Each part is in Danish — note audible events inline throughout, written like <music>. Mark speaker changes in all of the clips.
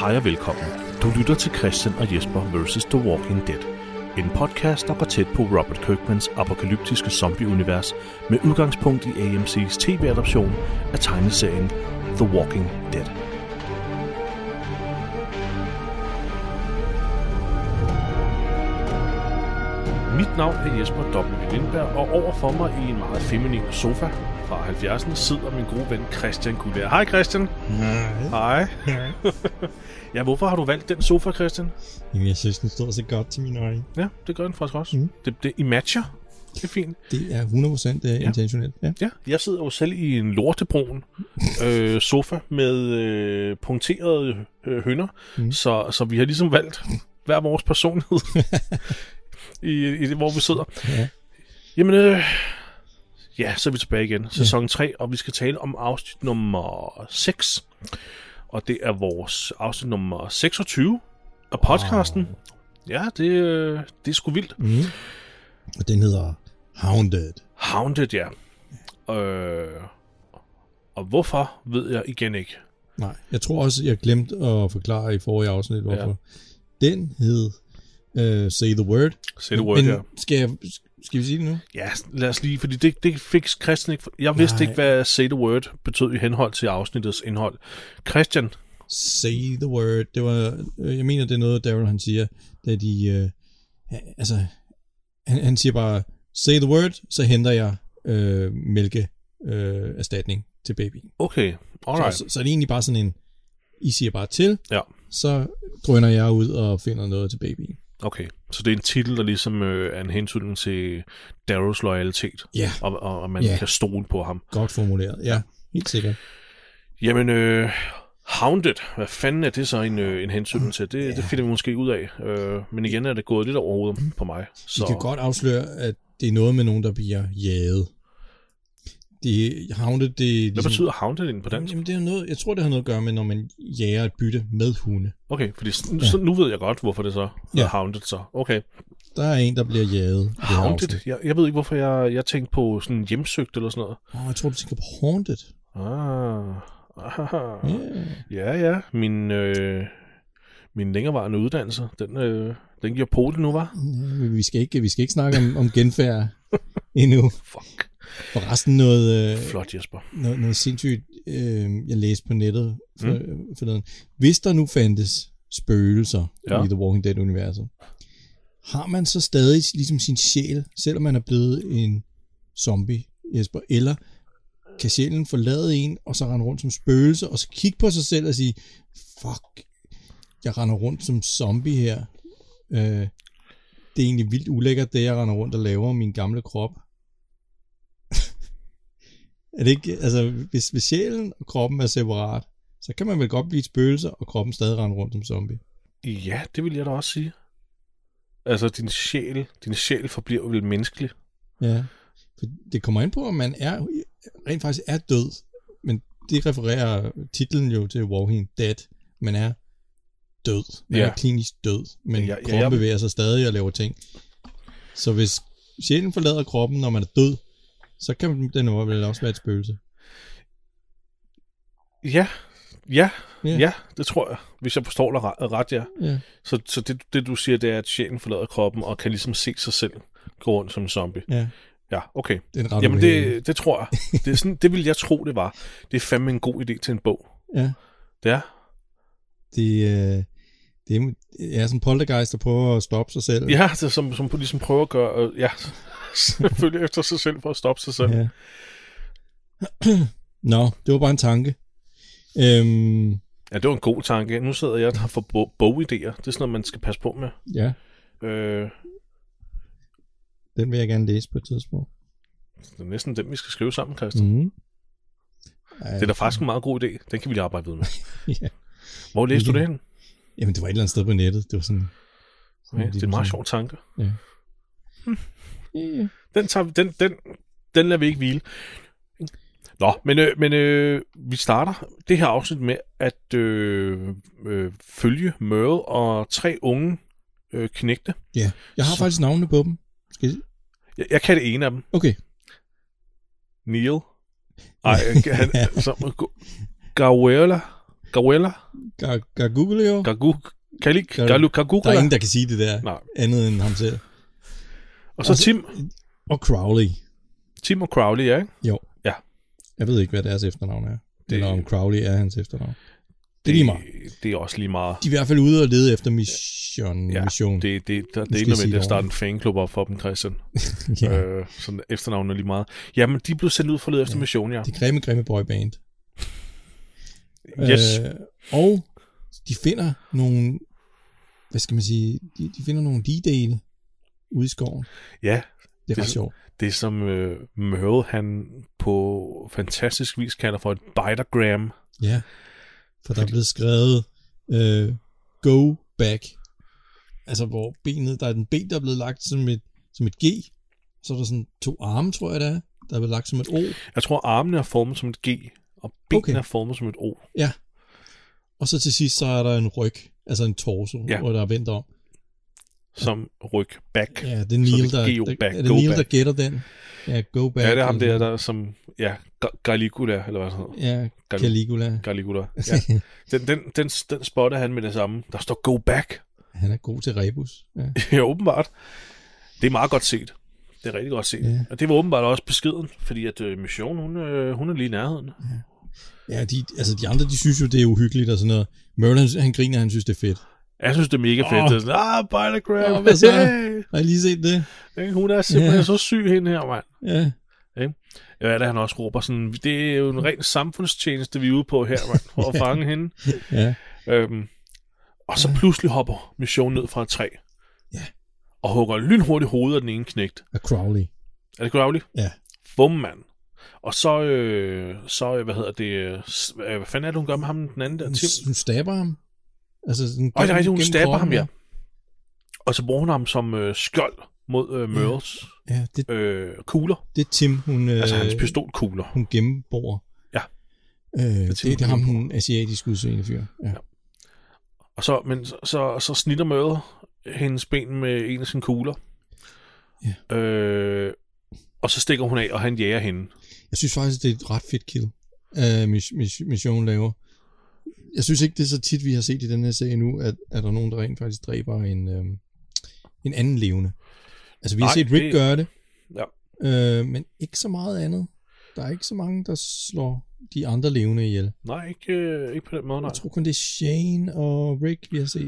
Speaker 1: Hej og velkommen. Du lytter til Christian og Jesper vs. The Walking Dead. En podcast, der går tæt på Robert Kirkmans apokalyptiske zombieunivers med udgangspunkt i AMC's tv-adoption af tegneserien The Walking Dead. Mit navn er Jesper W. Lindberg, og overfor mig i en meget feminin sofa fra 70'erne sidder min gode ven Christian Gulær. Hej Christian.
Speaker 2: Mm-hmm.
Speaker 1: Hej. <laughs> Ja, hvorfor har du valgt den sofa, Christian?
Speaker 2: Jamen, jeg synes, den står så godt til mine øjne.
Speaker 1: Ja, det gør den faktisk også. Mm.
Speaker 2: Mm.
Speaker 1: Det, det, I matcher. Det er fint.
Speaker 2: Det er 100% ja. intentionelt. Ja.
Speaker 1: Ja, jeg sidder jo selv i en lortebrun øh, sofa med øh, punkterede øh, hønder, mm. så, så vi har ligesom valgt hver vores <laughs> personlighed i, i det, hvor vi sidder.
Speaker 2: Ja.
Speaker 1: Jamen, øh, ja, så er vi tilbage igen. Sæson 3, og vi skal tale om afsnit nummer 6. Og det er vores afsnit nummer 26 af podcasten. Wow. Ja, det, øh, det er sgu vildt.
Speaker 2: Mm-hmm. Og den hedder Hounded.
Speaker 1: Hounded, ja. Øh, og hvorfor, ved jeg igen ikke.
Speaker 2: Nej, jeg tror også, jeg glemte at forklare i forrige afsnit, hvorfor. Ja. Den hed uh, Say the Word.
Speaker 1: Say the word,
Speaker 2: Men
Speaker 1: ja.
Speaker 2: skal, jeg, skal vi sige det nu?
Speaker 1: Ja, lad os lige, fordi det, det fik Christian ikke... Jeg vidste
Speaker 2: Nej.
Speaker 1: ikke, hvad say the word betød i henhold til afsnittets indhold. Christian,
Speaker 2: Say the Word. Det var, øh, jeg mener, det er noget, Daryl han siger, da de... Øh, ha- altså, han, han siger bare, Say the Word, så henter jeg øh, mælke øh, erstatning til babyen.
Speaker 1: okay, alright.
Speaker 2: Så, så, så er det egentlig bare sådan en, I siger bare til,
Speaker 1: Ja,
Speaker 2: så drøner jeg ud og finder noget til babyen.
Speaker 1: okay. Så det er en titel, der ligesom øh, er en hensyn til Darrows loyalitet,
Speaker 2: Ja,
Speaker 1: og, og, og man
Speaker 2: Ja.
Speaker 1: kan stole på ham.
Speaker 2: godt formuleret. Ja, helt sikkert.
Speaker 1: Jamen, øh, Hounded, hvad fanden er det så en, øh, en hensyn til? Det, det finder vi måske ud af. Øh, men igen er det gået lidt over hovedet på mig.
Speaker 2: Så.
Speaker 1: Så.
Speaker 2: I kan godt afsløre, at det er noget med nogen, der bliver jaget. Det havnet, det... er
Speaker 1: Hvad
Speaker 2: ligesom-
Speaker 1: betyder hounded inden på dansk?
Speaker 2: Jamen, det er noget, jeg tror, det har noget at gøre med, når man jager et bytte med hunde.
Speaker 1: Okay, fordi s- så nu ved jeg godt, hvorfor det så hedder
Speaker 2: Ja.
Speaker 1: hounded så. Okay,
Speaker 2: Der er en, der bliver jaget. i det her afsnit.
Speaker 1: hounded. Jeg, jeg ved ikke, hvorfor jeg, jeg tænkte på sådan hjemsøgt eller sådan noget.
Speaker 2: Åh, jeg tror, du tænker på haunted.
Speaker 1: Ah, ah.
Speaker 2: Ja.
Speaker 1: Ja, ja. Min, øh, min længerevarende uddannelse, den, øh, den giver på det nu, var.
Speaker 2: Men Vi skal ikke, vi skal ikke snakke om, om genfærd endnu.
Speaker 1: Fuck.
Speaker 2: Forresten noget... øh,
Speaker 1: Flot, Jesper.
Speaker 2: noget, noget sindssygt, øh, jeg læste på nettet for, mm. forleden. Hvis der nu fandtes spøgelser
Speaker 1: Ja.
Speaker 2: ja. i The Walking Dead-universet, har man så stadig ligesom sin sjæl, selvom man er blevet en zombie, Jesper, eller kan sjælen forlade en, og så rende rundt som spøgelse, og så kigge på sig selv og sige, fuck, jeg render rundt som zombie her. Øh, det er egentlig vildt ulækkert, det jeg render rundt og laver om min gamle krop. er det ikke, altså, hvis, hvis sjælen og kroppen er separat, så kan man vel godt blive et spøgelse, og kroppen stadig rende rundt som zombie.
Speaker 1: Ja, det vil jeg da også sige. Altså, din sjæl, din sjæl forbliver vel menneskelig.
Speaker 2: Ja. For det kommer ind på, om man er, rent faktisk er død, men det refererer titlen jo til Walking Dead. Man er død. Man
Speaker 1: Ja.
Speaker 2: er klinisk død, men
Speaker 1: Ja,
Speaker 2: ja,
Speaker 1: ja,
Speaker 2: ja,
Speaker 1: ja.
Speaker 2: kroppen bevæger sig stadig og laver ting. Så hvis sjælen forlader kroppen, når man er død, så kan den jo vel også være et spøgelse.
Speaker 1: Ja, ja, ja,
Speaker 2: Ja.
Speaker 1: ja, det tror jeg, hvis jeg forstår dig re- ret, ja.
Speaker 2: Ja.
Speaker 1: Så, så det, det, du siger, det er, at sjælen forlader kroppen og kan ligesom se sig selv gå rundt som en zombie.
Speaker 2: Ja,
Speaker 1: Ja, okay.
Speaker 2: det er en ret
Speaker 1: Jamen,
Speaker 2: ubehagelig-
Speaker 1: det, det tror jeg. Det, er sådan, det ville jeg tro, det var. Det er fandme en god idé til en bog.
Speaker 2: Ja.
Speaker 1: Det er.
Speaker 2: det, øh, det er, det er sådan en poltergeist, der prøver at stoppe sig selv.
Speaker 1: Ja, det, er som, som ligesom prøver at gøre, øh, ja, <laughs> selvfølgelig efter sig selv for at stoppe sig selv. Ja.
Speaker 2: Ja. <clears throat> Nå, det var bare en tanke. Øhm,
Speaker 1: ja, det var en god tanke. Nu sidder jeg der for bog- bogidéer. Det er sådan noget, man skal passe på med.
Speaker 2: ja,
Speaker 1: Øh,
Speaker 2: den vil jeg gerne læse på et tidspunkt.
Speaker 1: det er næsten dem, vi skal skrive sammen, Christian.
Speaker 2: Mm.
Speaker 1: Mhm. Det er da faktisk en meget god idé. Den kan vi lige arbejde videre med.
Speaker 2: <laughs> ja.
Speaker 1: Hvor læste du
Speaker 2: Ja.
Speaker 1: det hen?
Speaker 2: Jamen, det var et eller andet sted på nettet. Det var sådan...
Speaker 1: Okay, det er en meget sjov tanke.
Speaker 2: Ja, ja.
Speaker 1: Den, tager, vi- den, den, den lader vi ikke hvile. Nå, men, øh, men øh, vi starter det her afsnit med at øh, øh, følge Mørre og tre unge øh, knægte.
Speaker 2: ja. Jeg har
Speaker 1: Så-
Speaker 2: faktisk navnene på dem. Skal jeg...
Speaker 1: Jeg, jeg kan det ene af dem.
Speaker 2: Okay. <laughs>
Speaker 1: Neil. Ej, han, som, Gawela. Gawella?
Speaker 2: Gar- Gargulio.
Speaker 1: Gagu? Kan jeg lige?
Speaker 2: Gar-
Speaker 1: Galu
Speaker 2: Der er
Speaker 1: Gagugula?
Speaker 2: ingen, der kan sige det der,
Speaker 1: Nej.
Speaker 2: andet end ham selv.
Speaker 1: Og så
Speaker 2: Altså-
Speaker 1: Tim,
Speaker 2: Og Crowley.
Speaker 1: Tim og Crowley, ja, ikke?
Speaker 2: Jo.
Speaker 1: Ja.
Speaker 2: Jeg ved ikke, hvad deres efternavn er. Det...
Speaker 1: Det-
Speaker 2: Eller om Crowley er hans efternavn. Det er lige meget.
Speaker 1: Det er også lige meget.
Speaker 2: De er i hvert fald ude og lede efter mission.
Speaker 1: Ja,
Speaker 2: mission.
Speaker 1: Det, det, der, det er
Speaker 2: skal
Speaker 1: ikke
Speaker 2: jeg sige
Speaker 1: nødvendigt
Speaker 2: det
Speaker 1: at starte en fanklub op for dem, Christian.
Speaker 2: <laughs> ja.
Speaker 1: Ja. Øh, sådan efternavnet er lige meget. Jamen, de blev sendt ud for at lede efter
Speaker 2: Ja.
Speaker 1: mission, ja.
Speaker 2: Det grimme, grimme boyband.
Speaker 1: Yes.
Speaker 2: Øh, og de finder nogle, hvad skal man sige, de, de finder nogle D-dele ude i skoven.
Speaker 1: Ja,
Speaker 2: Det er
Speaker 1: Det-
Speaker 2: ret sjovt.
Speaker 1: det som øh, Merle, han på fantastisk vis kalder for et bitergram.
Speaker 2: Ja, for der er blevet skrevet øh, go back. Altså hvor benet, der er den ben, der er blevet lagt som et, som et G. Så er der sådan to arme, tror jeg det er, der er blevet lagt som et O.
Speaker 1: Jeg tror, armene er formet som et G, og benene
Speaker 2: Okay.
Speaker 1: er formet som et O.
Speaker 2: Og så til sidst, så er der en ryg, altså en torso, ja.
Speaker 1: Ja.
Speaker 2: hvor der er vendt om.
Speaker 1: Som ryg back.
Speaker 2: Ja, det er Neil,
Speaker 1: det
Speaker 2: der,
Speaker 1: go
Speaker 2: der,
Speaker 1: back,
Speaker 2: er det
Speaker 1: go
Speaker 2: Neil,
Speaker 1: back.
Speaker 2: der gætter den. Ja, go back.
Speaker 1: Ja, det er ham
Speaker 2: eller-
Speaker 1: der, der som... Ja, Ga- Caligula, eller hvad han hedder.
Speaker 2: Ja,
Speaker 1: Gal-
Speaker 2: Caligula. <laughs>
Speaker 1: Caligula. <laughs> Ja. Den, den, den, den spotter han med det samme. Der står go back. <laughs>
Speaker 2: Han er god til rebus. Ja.
Speaker 1: ja, åbenbart. Det er meget godt set. Det er rigtig godt set.
Speaker 2: Ja.
Speaker 1: Ja. Og det var åbenbart også beskeden, fordi at øh, Mission, hun, øh, hun er lige i nærheden.
Speaker 2: ja, de, altså de andre, de synes jo, det er uhyggeligt og sådan noget. Merlin, han, han griner, han synes, det er fedt.
Speaker 1: Jeg synes, det er mega fedt.
Speaker 2: Åh.
Speaker 1: Oh. Det er sådan, ah, Bilegram.
Speaker 2: Åh, hvad så?
Speaker 1: Hey.
Speaker 2: Har I lige set det?
Speaker 1: Ikke? Hun er simpelthen
Speaker 2: Ja.
Speaker 1: yeah. så syg, hende her, mand.
Speaker 2: Ja.
Speaker 1: Ja, hvad er det, han også råber sådan, det er jo en ren samfundstjeneste, vi er ude på her, mand, for <laughs> at fange hende.
Speaker 2: ja.
Speaker 1: Øhm, og så pludselig hopper Mission ned fra et træ.
Speaker 2: Ja.
Speaker 1: Og hugger lynhurtigt hovedet af den ene knægt.
Speaker 2: Og Crowley.
Speaker 1: Er det gravligt?
Speaker 2: Ja.
Speaker 1: Bum, mand. Og så, øh, så, øh, hvad hedder det, øh, s- øh, hvad fanden er det, hun gør med ham, den anden der,
Speaker 2: Hun,
Speaker 1: Tim?
Speaker 2: hun stabber ham. Altså, sådan,
Speaker 1: Og det er rigtigt, hun
Speaker 2: gennem
Speaker 1: stabber
Speaker 2: kroppen,
Speaker 1: ham, ja. Og så bruger hun ham som øh, skjold mod øh, Mørles
Speaker 2: Ja, det,
Speaker 1: øh, kugler.
Speaker 2: det er Tim, hun, øh,
Speaker 1: Altså hans pistolkugler.
Speaker 2: hun gennemborer.
Speaker 1: Ja.
Speaker 2: Øh,
Speaker 1: er
Speaker 2: det,
Speaker 1: Tim,
Speaker 2: det,
Speaker 1: hun
Speaker 2: er ham,
Speaker 1: gennemborer.
Speaker 2: hun asiatisk udseende fyr. Ja.
Speaker 1: Og så, men, så, så, så snitter Møde hendes ben med en af sine kugler. Ja. Øh, og så stikker hun af, og han jager hende.
Speaker 2: Jeg synes faktisk, det er et ret fedt kill, uh, Mission laver. Jeg synes ikke, det er så tit, vi har set i den her serie nu, at, at der er nogen, der rent faktisk dræber en, øhm, en anden levende. Altså, vi har
Speaker 1: Nej,
Speaker 2: set Rick
Speaker 1: det-
Speaker 2: gøre det,
Speaker 1: Ja.
Speaker 2: øh, men ikke så meget andet. Der er ikke så mange, der slår de andre levende ihjel. Nej.
Speaker 1: Nej, ikke, øh, ikke på den måde, nej.
Speaker 2: Jeg tror kun, det er Shane og Rick, vi har set.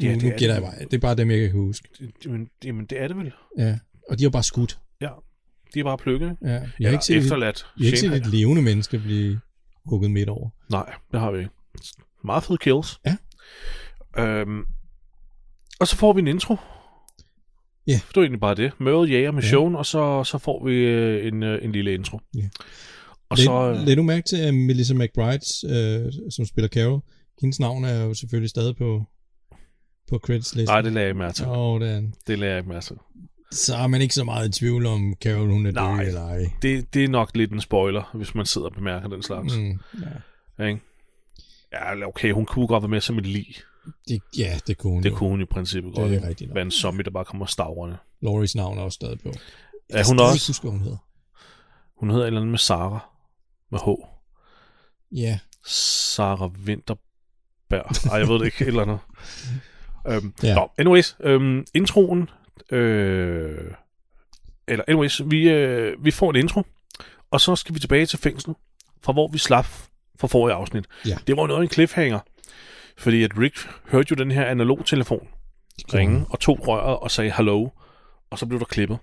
Speaker 1: Ja,
Speaker 2: Ja, nu,
Speaker 1: det
Speaker 2: nu
Speaker 1: er
Speaker 2: gætter jeg
Speaker 1: det.
Speaker 2: bare. Det er bare dem, jeg kan huske.
Speaker 1: Det- Jamen, jamen, det er det vel.
Speaker 2: Ja. Og de har bare skudt.
Speaker 1: De er bare plukket. ikke?
Speaker 2: Ja. Vi har
Speaker 1: Eller
Speaker 2: ikke set, et,
Speaker 1: efterladt.
Speaker 2: vi har ikke
Speaker 1: Shane
Speaker 2: set et levende menneske blive hugget midt over.
Speaker 1: Nej, det har vi ikke. Meget fede kills.
Speaker 2: Ja.
Speaker 1: Øhm, og så får vi en intro.
Speaker 2: Ja.
Speaker 1: Det var egentlig bare det. Møde jager med showen, og så, så får vi øh, en, øh, en lille intro.
Speaker 2: Ja.
Speaker 1: Og
Speaker 2: Læg,
Speaker 1: så... øh,
Speaker 2: læg nu mærke til, at Melissa McBride, øh, som spiller Carol, hendes navn er jo selvfølgelig stadig på, på creditslisten.
Speaker 1: Nej, det lader jeg ikke mærke til.
Speaker 2: Og den,
Speaker 1: Det lader jeg ikke mærke til.
Speaker 2: så er man ikke så meget i tvivl om, Carol hun er
Speaker 1: Nej.
Speaker 2: død eller ej.
Speaker 1: Det, det er nok lidt en spoiler, hvis man sidder og bemærker den slags.
Speaker 2: Mm, ja.
Speaker 1: Mm. Ikke? Ja, eller okay, hun kunne godt være med som et lig.
Speaker 2: Det, ja, det kunne hun
Speaker 1: Det
Speaker 2: jo.
Speaker 1: kunne hun i princippet
Speaker 2: Mm. det
Speaker 1: godt.
Speaker 2: er rigtigt.
Speaker 1: Være en zombie, der bare kommer stavrende.
Speaker 2: Loris navn er også stadig på. Jeg
Speaker 1: Altså, Er hun
Speaker 2: kan
Speaker 1: også?
Speaker 2: Ikke huske, hvad hun hedder.
Speaker 1: Hun hedder et eller andet med Sara. Med H.
Speaker 2: Ja,
Speaker 1: Sara Winterberg. Ej, jeg ved det ikke. Et <laughs> eller andet. Øhm,
Speaker 2: Ja.
Speaker 1: ja. Nå, anyways. Øhm, introen. Øh, eller anyways, vi, øh, vi får en intro. Og så skal vi tilbage til fængslet. Fra hvor vi slap fra forrige afsnit.
Speaker 2: Ja.
Speaker 1: Det var jo noget af en cliffhanger. Fordi at Rick hørte jo den her analogtelefon
Speaker 2: det kunne
Speaker 1: ringe
Speaker 2: hun.
Speaker 1: og tog røret og sagde hallo, og så blev der klippet.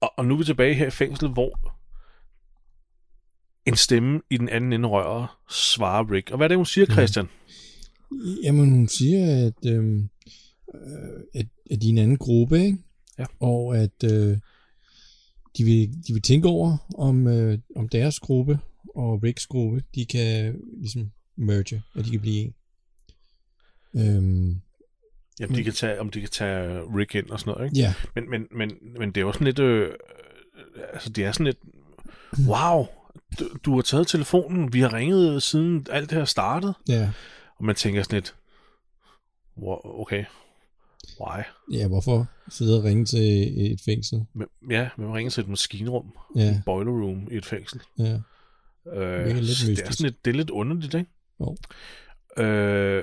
Speaker 1: Og, og nu er vi tilbage her i fængslet, hvor en stemme i den anden ende af røret svarer Rick. Og hvad er det, hun siger, Christian?
Speaker 2: Jamen, hun siger, at, øhm, øh, at, at de er en anden gruppe, ikke?
Speaker 1: Ja.
Speaker 2: Og at øh, de, vil, de vil tænke over, om, øh, om deres gruppe og Ricks gruppe, de kan ligesom merge, og de kan blive en. Øhm,
Speaker 1: Jamen, de kan tage, om de kan tage Rick ind og sådan noget, ikke?
Speaker 2: ja,
Speaker 1: Men, men, men, men det er jo sådan lidt... Øh, altså, det er sådan lidt... Wow, du, du har taget telefonen, vi har ringet øh, siden alt det her startede.
Speaker 2: ja,
Speaker 1: Og man tænker sådan lidt... "Wow, Okay, why?
Speaker 2: ja, hvorfor sidde og ringe til et fængsel?
Speaker 1: Hvem, ja, hvem ringer til et maskinrum?
Speaker 2: Ja,
Speaker 1: boiler room i et fængsel.
Speaker 2: ja.
Speaker 1: Øh,
Speaker 2: Virker lidt
Speaker 1: så det, er
Speaker 2: mystisk.
Speaker 1: sådan lidt, det er lidt underligt, ikke?
Speaker 2: Jo.
Speaker 1: Øh,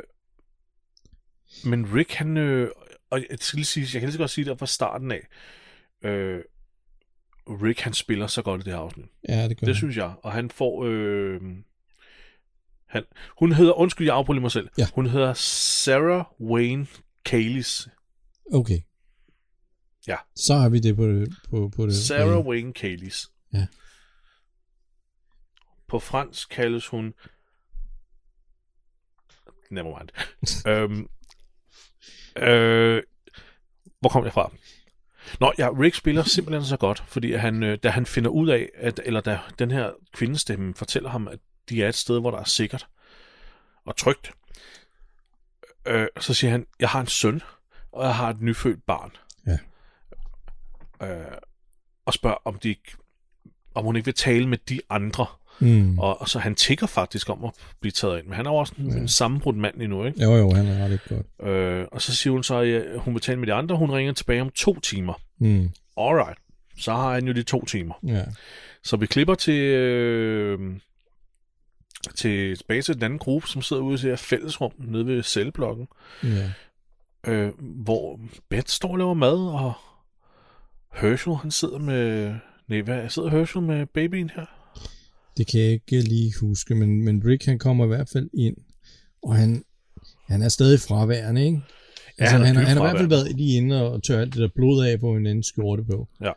Speaker 1: men Rick, han... Øh, og jeg skal lige sige, jeg kan lige så godt sige det fra starten af. Øh, Rick, han spiller så godt i det her afsnit.
Speaker 2: Ja, det gør
Speaker 1: Det synes jeg. Og han får... Øh, han, hun hedder... Undskyld, jeg afbryder lige mig selv.
Speaker 2: Ja.
Speaker 1: Hun hedder Sarah Wayne Kalis.
Speaker 2: Okay.
Speaker 1: Ja.
Speaker 2: Så har vi det på, på, på det. Mm. Øh.
Speaker 1: Sarah Wayne Kalis.
Speaker 2: Ja.
Speaker 1: På fransk kaldes hun... Never
Speaker 2: <laughs>
Speaker 1: mind. øhm, øh, hvor kom jeg fra? Nå, ja, Rick spiller simpelthen så godt, fordi han, øh, da han finder ud af, at, eller da den her kvindestemme fortæller ham, at de er et sted, hvor der er sikkert og trygt, øh, så siger han, jeg har en søn, og jeg har et nyfødt barn.
Speaker 2: Ja.
Speaker 1: Øh, og spørger, om, de ikke, om hun ikke vil tale med de andre.
Speaker 2: Mm.
Speaker 1: Og, og så han tigger faktisk om at blive taget ind, men han er jo også en, ja. en sammenbrudt mand endnu, ikke?
Speaker 2: Jo, jo, han er ret ikke godt.
Speaker 1: Øh, og så siger hun så, at hun vil tale med de andre, hun ringer tilbage om to timer.
Speaker 2: Mm.
Speaker 1: Alright, så har han jo de to timer.
Speaker 2: Ja.
Speaker 1: Så vi klipper til, øh, til tilbage til den anden gruppe, som sidder ude i det her fællesrum nede ved celleblokken,
Speaker 2: ja.
Speaker 1: øh, hvor Beth står og laver mad, og Herschel, han sidder med... Nej, hvad sidder Herschel med babyen her?
Speaker 2: Det kan jeg ikke lige huske, men, men Rick han kommer i hvert fald ind, og han, han er stadig fraværende, ikke? Altså,
Speaker 1: Ja, han er
Speaker 2: han,
Speaker 1: dybt
Speaker 2: han har i hvert fald
Speaker 1: fraværende.
Speaker 2: været lige inde og tør alt det der blod af på en anden skjorte på.
Speaker 1: Ja.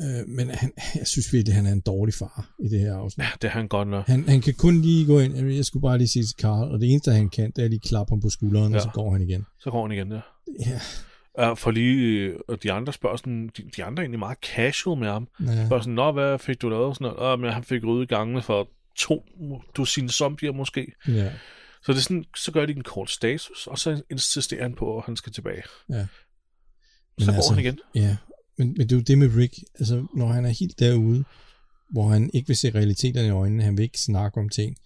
Speaker 2: Øh, men han, jeg synes virkelig, at han er en dårlig far i det her afsnit.
Speaker 1: Ja, det er han godt nok.
Speaker 2: Han, han kan kun lige gå ind, jeg skulle bare lige sige til Carl, og det eneste han kan, det er lige klappe ham på skulderen, ja. og
Speaker 1: Ja.
Speaker 2: så går han igen.
Speaker 1: Så går han igen der.
Speaker 2: Ja,
Speaker 1: Uh, for lige, øh, og de andre spørger sådan, de, de andre er egentlig meget casual med ham.
Speaker 2: ja.
Speaker 1: Spørger sådan, nå, hvad fik du lavet? Og Sådan noget. "Åh, men han fik ryddet gangene for to dusin zombier måske.
Speaker 2: ja.
Speaker 1: Så det er sådan, så gør de en kort status, og så insisterer han på, at han skal tilbage.
Speaker 2: Ja.
Speaker 1: Så
Speaker 2: Men
Speaker 1: går
Speaker 2: altså-
Speaker 1: han igen.
Speaker 2: Ja, men, men det er jo det med Rick. Altså, når han er helt derude, hvor han ikke vil se realiteterne i øjnene, han vil ikke snakke om ting,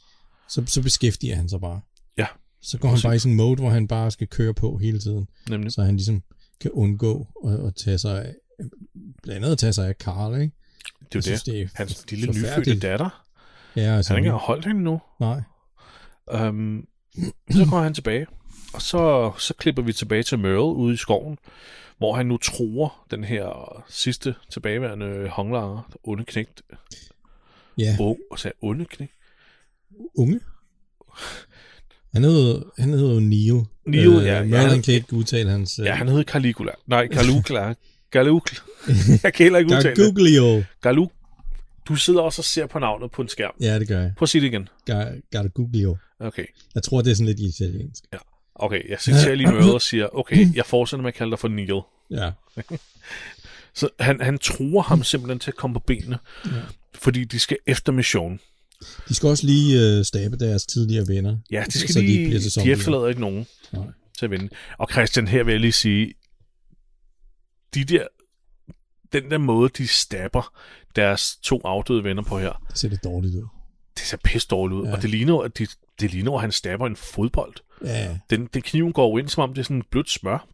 Speaker 2: så, så beskæftiger han sig bare.
Speaker 1: Ja.
Speaker 2: Så går han bare i sådan en mode, hvor han bare skal køre på hele tiden,
Speaker 1: Nemlig.
Speaker 2: så han ligesom kan undgå at, at tage sig af, blandt andet at tage sig af Carl, ikke?
Speaker 1: Det er jo det.
Speaker 2: det er
Speaker 1: Hans lille nyfødte
Speaker 2: altså, forfærdeligt.
Speaker 1: datter.
Speaker 2: Ja,
Speaker 1: Han
Speaker 2: altså,
Speaker 1: har ikke engang holdt hende nu.
Speaker 2: nej.
Speaker 1: Um, så går han tilbage, og så, så klipper vi tilbage til Merle ude i skoven, hvor han nu tror den her sidste tilbageværende håndlanger, onde knægt.
Speaker 2: Ja.
Speaker 1: Oh, og sagde onde knægt.
Speaker 2: Unge? Han hedder, han hedder jo Neil. Øh,
Speaker 1: Neil, ja, ja.
Speaker 2: Merlin kan ikke udtale hans... øh,
Speaker 1: Ja, han hed Caligula. Nej, Caligula. Galukla. Jeg kan heller ikke
Speaker 2: Der er
Speaker 1: udtale det.
Speaker 2: Guglio.
Speaker 1: Galuk. Du sidder også og ser på navnet på en skærm.
Speaker 2: Ja, det gør jeg.
Speaker 1: Prøv at sige det igen.
Speaker 2: Gar- Garguglio.
Speaker 1: Okay.
Speaker 2: Jeg tror, det er sådan lidt italiensk.
Speaker 1: Okay, jeg citerer lige Merle og siger, okay, jeg fortsætter med at kalde dig for Neil.
Speaker 2: Ja.
Speaker 1: Så han, han tror ham simpelthen til at komme på benene, ja. fordi de skal efter mission.
Speaker 2: De skal også lige øh, stabe deres tidligere venner.
Speaker 1: Ja, de skal
Speaker 2: så de ikke
Speaker 1: lige,
Speaker 2: bliver
Speaker 1: de,
Speaker 2: til
Speaker 1: de
Speaker 2: zombier.
Speaker 1: efterlader ikke nogen
Speaker 2: Nej.
Speaker 1: til at vinde. Og Christian, her vil jeg lige sige, de der, den der måde, de stabber deres to afdøde venner på her,
Speaker 2: Det ser det dårligt ud.
Speaker 1: det ser pisse dårligt ud. Ja. Og det ligner, jo, at de, det ligner, jo, at han stabber en fodbold.
Speaker 2: Ja, <laughs> ja.
Speaker 1: Den, den kniven går jo ind, som om det er sådan en blødt smør.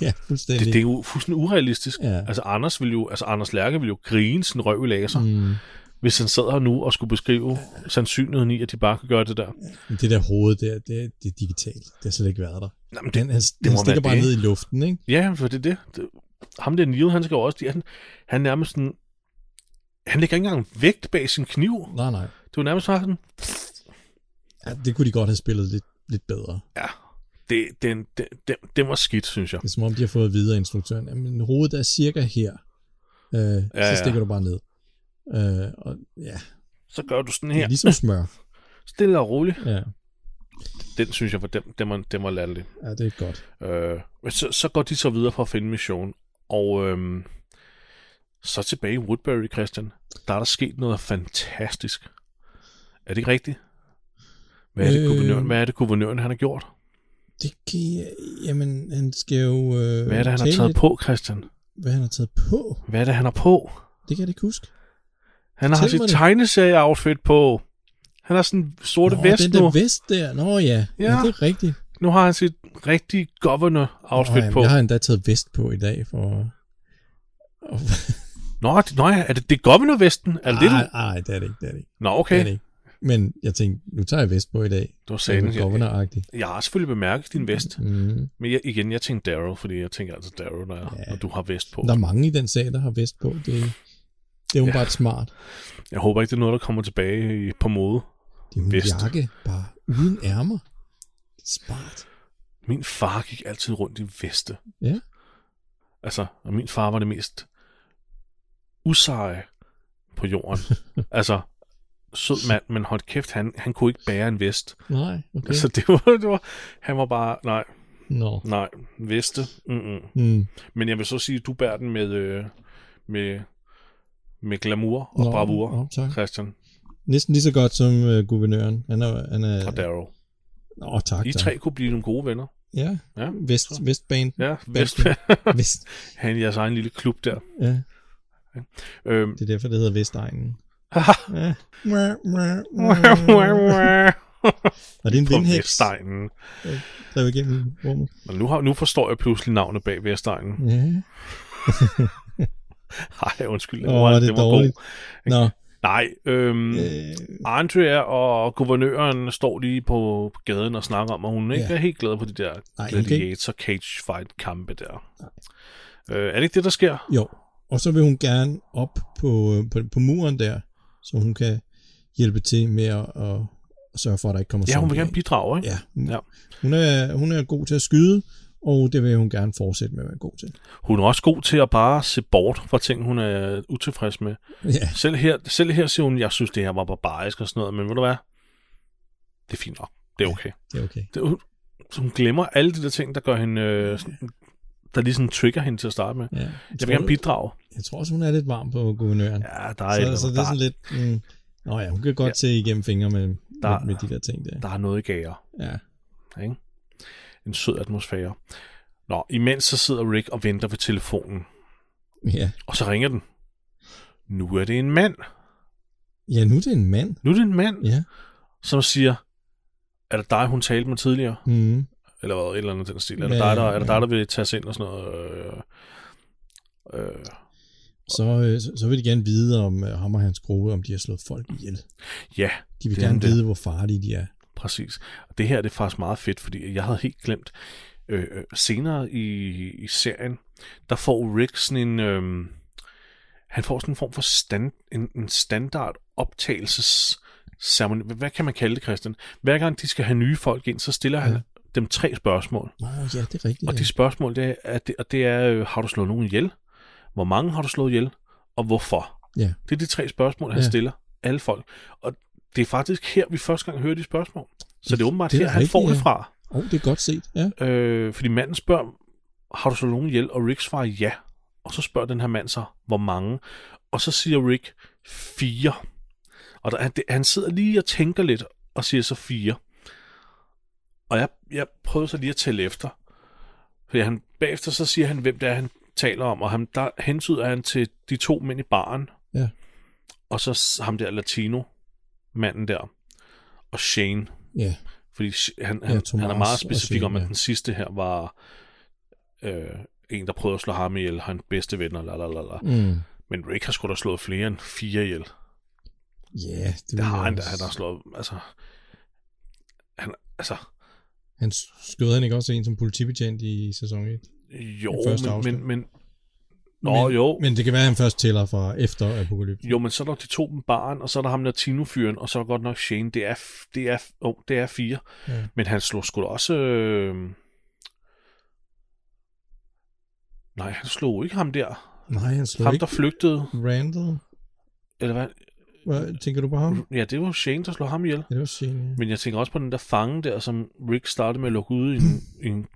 Speaker 2: ja
Speaker 1: Det,
Speaker 2: fuldstændig.
Speaker 1: det er jo fuldstændig urealistisk.
Speaker 2: Ja.
Speaker 1: Altså, Anders vil jo, altså, Anders Lærke vil jo grine sin røv i laser.
Speaker 2: Mm,
Speaker 1: hvis han sad her nu og skulle beskrive sandsynligheden i, at de bare kan gøre det der.
Speaker 2: men det der hoved der, det, det er digitalt. Det har slet ikke været der.
Speaker 1: Nå, men
Speaker 2: Den,
Speaker 1: det,
Speaker 2: han,
Speaker 1: det må
Speaker 2: det han stikker
Speaker 1: være
Speaker 2: bare
Speaker 1: det.
Speaker 2: ned i luften, ikke?
Speaker 1: ja, for det er det. det. Ham der Neil, han skal jo også, de- han, han nærmest sådan, han lægger ikke engang vægt bag sin kniv.
Speaker 2: Nej, nej.
Speaker 1: Det var nærmest bare sådan,
Speaker 2: Ja, det kunne de godt have spillet lidt, lidt bedre.
Speaker 1: ja, det, den, den, den, den var skidt, synes jeg.
Speaker 2: Det er som om, de har fået videre instruktøren. Jamen, hovedet er cirka her. Øh, ja,
Speaker 1: Ja,
Speaker 2: så
Speaker 1: ja.
Speaker 2: stikker du bare ned. Øh, og ja,
Speaker 1: Så gør du sådan
Speaker 2: det
Speaker 1: her,
Speaker 2: er ligesom smør.
Speaker 1: stille og roligt.
Speaker 2: Ja,
Speaker 1: Den synes jeg, var, den, den var, den var latterlig.
Speaker 2: ja det er godt.
Speaker 1: Øh, men så, så går de så videre for at finde mission, og øhm, så tilbage i Woodbury, Christian. Der er der sket noget fantastisk. Er det ikke rigtigt? Hvad er det,
Speaker 2: Øh.
Speaker 1: guvernøren, hvad er det guvernøren, han har gjort?
Speaker 2: Det kan jeg, jamen, han skal jo... Øh,
Speaker 1: Hvad er det, han har
Speaker 2: tale
Speaker 1: taget
Speaker 2: lidt-
Speaker 1: på, Christian?
Speaker 2: Hvad han har taget på?
Speaker 1: Hvad er det, han har på?
Speaker 2: Det kan jeg da ikke huske.
Speaker 1: Han har
Speaker 2: Fortæl mig
Speaker 1: sit
Speaker 2: det.
Speaker 1: tegneserie-outfit på. Han har sådan en sorte
Speaker 2: Nå,
Speaker 1: vest
Speaker 2: den
Speaker 1: nu.
Speaker 2: der vest der. Nå ja, ja.
Speaker 1: Ja.
Speaker 2: ja det er rigtigt.
Speaker 1: Nu har han sit rigtige governor-outfit
Speaker 2: Nå,
Speaker 1: på.
Speaker 2: jamen, Jeg har endda taget vest på i dag for... Og...
Speaker 1: Nå, det, nå, ja, er det, det er governor-vesten? Er det det, du...
Speaker 2: Nej, det er det ikke, det er det ikke.
Speaker 1: Nå,
Speaker 2: Det
Speaker 1: okay.
Speaker 2: er det ikke. Men jeg tænkte, nu tager jeg vest på i dag.
Speaker 1: Du
Speaker 2: Det
Speaker 1: sagde
Speaker 2: er
Speaker 1: den. Jeg,
Speaker 2: governor-agtigt.
Speaker 1: jeg har selvfølgelig bemærket din vest,
Speaker 2: Mm.
Speaker 1: men jeg, igen, jeg tænkte Daryl, fordi jeg tænker altså Daryl, når, ja.
Speaker 2: Ja.
Speaker 1: når du har vest på.
Speaker 2: Der er mange i den sag, der har vest på. Det, det er jo ja. bare smart.
Speaker 1: Jeg håber ikke, det er noget, der kommer tilbage i, på mode.
Speaker 2: Det er jo en
Speaker 1: Vest.
Speaker 2: jakke, bare uden ærmer. Smart.
Speaker 1: Min far gik altid rundt i veste.
Speaker 2: Ja.
Speaker 1: Altså, og min far var det mest useje på
Speaker 2: <laughs>
Speaker 1: jorden. altså, sød mand, men hold kæft, han, han kunne ikke bære en vest.
Speaker 2: Nej,
Speaker 1: Okay.
Speaker 2: okay.
Speaker 1: Så det var, det var, han var bare, nej,
Speaker 2: Nå.
Speaker 1: nej, veste. Mm-mm.
Speaker 2: Mm.
Speaker 1: Men jeg vil så sige, du bærer den med, øh, med, med glamour og
Speaker 2: Nå,
Speaker 1: Nå, bravur,
Speaker 2: nå, tak.
Speaker 1: Christian
Speaker 2: Næsten lige så godt som øh, guvernøren. Han er... Han er
Speaker 1: og Darrow.
Speaker 2: Åh, tak,
Speaker 1: I
Speaker 2: tak.
Speaker 1: tre kunne blive nogle gode venner.
Speaker 2: Ja,
Speaker 1: Ja,
Speaker 2: Vest,
Speaker 1: så-
Speaker 2: Vestbanen.
Speaker 1: ja vest. <laughs>
Speaker 2: Vest.
Speaker 1: han i jeres egen lille klub der.
Speaker 2: Ja,
Speaker 1: Øhm,
Speaker 2: det er derfor, det hedder
Speaker 1: <laughs>
Speaker 2: Vestegnen. Ja. Mm. Og det er en
Speaker 1: på
Speaker 2: vindhæks,
Speaker 1: Vestegnen.
Speaker 2: der er igennem rummet.
Speaker 1: Og nu, har, nu forstår jeg pludselig navnet bag Vestegnen. <laughs>
Speaker 2: Ja.
Speaker 1: Nej, undskyld.
Speaker 2: Åh, det er dårligt. Nå,
Speaker 1: Nej, øhm, øh.
Speaker 2: øh,
Speaker 1: Andrea og guvernøren står lige på gaden og snakker om, at hun ikke
Speaker 2: Ja.
Speaker 1: er helt glad på de der
Speaker 2: Nej, hun kan ikke-
Speaker 1: gladiator cage fight kampe der. Øh, er det ikke det, der sker?
Speaker 2: Jo, og så vil hun gerne op på, øh, på, på muren der, så hun kan hjælpe til med at, at, at sørge for, at der ikke kommer
Speaker 1: Ja, hun vil
Speaker 2: zombier
Speaker 1: gerne
Speaker 2: ind.
Speaker 1: bidrage, ikke?
Speaker 2: Ja, hun,
Speaker 1: Ja.
Speaker 2: ja. Hun, er, hun er god til at skyde, og det vil hun gerne fortsætte med at være god til.
Speaker 1: Hun er også god til at bare se bort fra ting, hun er utilfreds med.
Speaker 2: Ja,
Speaker 1: Selv her, selv her siger hun, jeg synes, det her var barbarisk og sådan noget, men ved du hvad? Det er fint nok. Det er okay.
Speaker 2: det er okay.
Speaker 1: Det, hun, så hun glemmer alle de der ting, der gør hende... Øh, sådan- der ligesom trigger hende til at starte med.
Speaker 2: Ja. Jeg,
Speaker 1: Jeg
Speaker 2: tror,
Speaker 1: vil gerne bidrage.
Speaker 2: jeg tror også, hun er lidt varm på guvernøren. Ja,
Speaker 1: Ja, der er, et eller andet.
Speaker 2: så, så det
Speaker 1: der,
Speaker 2: er sådan lidt... Mm, Nå ja, hun kan godt ja. se igennem fingre med,
Speaker 1: Der-
Speaker 2: med, med de der ting der.
Speaker 1: der er noget i gager.
Speaker 2: Ja.
Speaker 1: En sød atmosfære. Nå, imens så sidder Rick og venter ved telefonen.
Speaker 2: ja.
Speaker 1: Og så ringer den. Nu er det en mand.
Speaker 2: Ja, nu er det en mand.
Speaker 1: Nu er det en mand,
Speaker 2: Ja.
Speaker 1: som siger, er det dig, hun talte med tidligere?
Speaker 2: Mm.
Speaker 1: Eller hvad, et eller andet i den stil. Er det,
Speaker 2: Ja,
Speaker 1: dig, der,
Speaker 2: ja,
Speaker 1: er det
Speaker 2: ja.
Speaker 1: dig, der vil tage sig ind og sådan noget? Øh, øh.
Speaker 2: Så, øh, så, så vil de gerne vide om øh, ham og hans gruppe, om de har slået folk ihjel.
Speaker 1: Ja,
Speaker 2: De vil
Speaker 1: Det er
Speaker 2: gerne
Speaker 1: det.
Speaker 2: vide, hvor farlige de er.
Speaker 1: præcis. Og det her det er faktisk meget fedt, fordi jeg havde helt glemt. Øh, øh, senere i, i serien, der får Rick sådan en... Øh, han får sådan en form for stand, en, en standard optagelses ceremoni. Hvad kan man kalde det, Christian? Hver gang de skal have nye folk ind, så stiller ja. han dem tre spørgsmål.
Speaker 2: Nå, ja, det er rigtigt.
Speaker 1: Og
Speaker 2: ja.
Speaker 1: de spørgsmål, det er, at det, og det er, øh, har du slået nogen ihjel? Hvor mange har du slået ihjel? Og hvorfor?
Speaker 2: Ja.
Speaker 1: Det er de tre spørgsmål, han ja.
Speaker 2: Ja.
Speaker 1: stiller alle folk. Og det er faktisk her, vi første gang hører de spørgsmål. Så det er åbenbart
Speaker 2: det
Speaker 1: det
Speaker 2: er
Speaker 1: her, han
Speaker 2: rigtigt,
Speaker 1: får det
Speaker 2: ja.
Speaker 1: fra.
Speaker 2: Åh, oh, det er godt set. Ja.
Speaker 1: Øh, fordi manden spørger, har du slået nogen ihjel? Og Rick svarer ja. Og så spørger den her mand så, hvor mange? Og så siger Rick, fire. Og der, han, det, han sidder lige og tænker lidt, og siger så fire. Og jeg, jeg prøvede så lige at tælle efter. Fordi han, bagefter så siger han, hvem det er, han taler om, og ham, der hentyder han til de to mænd i baren.
Speaker 2: Ja.
Speaker 1: Og så s- ham der latino, manden der, og Shane.
Speaker 2: Ja,
Speaker 1: Fordi sh- han, han, ja,
Speaker 2: Thomas
Speaker 1: han er meget
Speaker 2: og
Speaker 1: specifik
Speaker 2: Shane,
Speaker 1: om, at
Speaker 2: ja.
Speaker 1: den sidste her var øh, en, der prøvede at slå ham ihjel, hans bedste venner, la, la, la, la.
Speaker 2: mm.
Speaker 1: Men Rick har sgu da slået flere end fire ihjel.
Speaker 2: ja det,
Speaker 1: Det
Speaker 2: vil
Speaker 1: har
Speaker 2: jeg
Speaker 1: han da,
Speaker 2: også-
Speaker 1: han har slået, altså... Han, altså,
Speaker 2: Han skød han ikke også en som politibetjent i sæson 1?
Speaker 1: jo,
Speaker 2: Den første
Speaker 1: men,
Speaker 2: afsnit.
Speaker 1: men, men, Nå,
Speaker 2: men,
Speaker 1: jo.
Speaker 2: Men det kan være, at han først tæller fra efter apokalypsen.
Speaker 1: jo, men så er der de to med baren, og så er der ham latino-fyren, og så er der godt nok Shane. Det er, f- det er, f- oh, det er fire.
Speaker 2: Ja.
Speaker 1: Men han slog sgu da også... Øh... Nej, han slog ikke ham der.
Speaker 2: Nej, han slog
Speaker 1: Ham,
Speaker 2: ikke.
Speaker 1: der flygtede.
Speaker 2: Randall?
Speaker 1: Eller hvad?
Speaker 2: Hvad, tænker du på ham?
Speaker 1: Ja, det var Shane, der slog ham ihjel.
Speaker 2: Ja, det var øh, Shane, ja.
Speaker 1: Men jeg tænker også på den der fange der, som Rick startede med at lukke ud i en, i en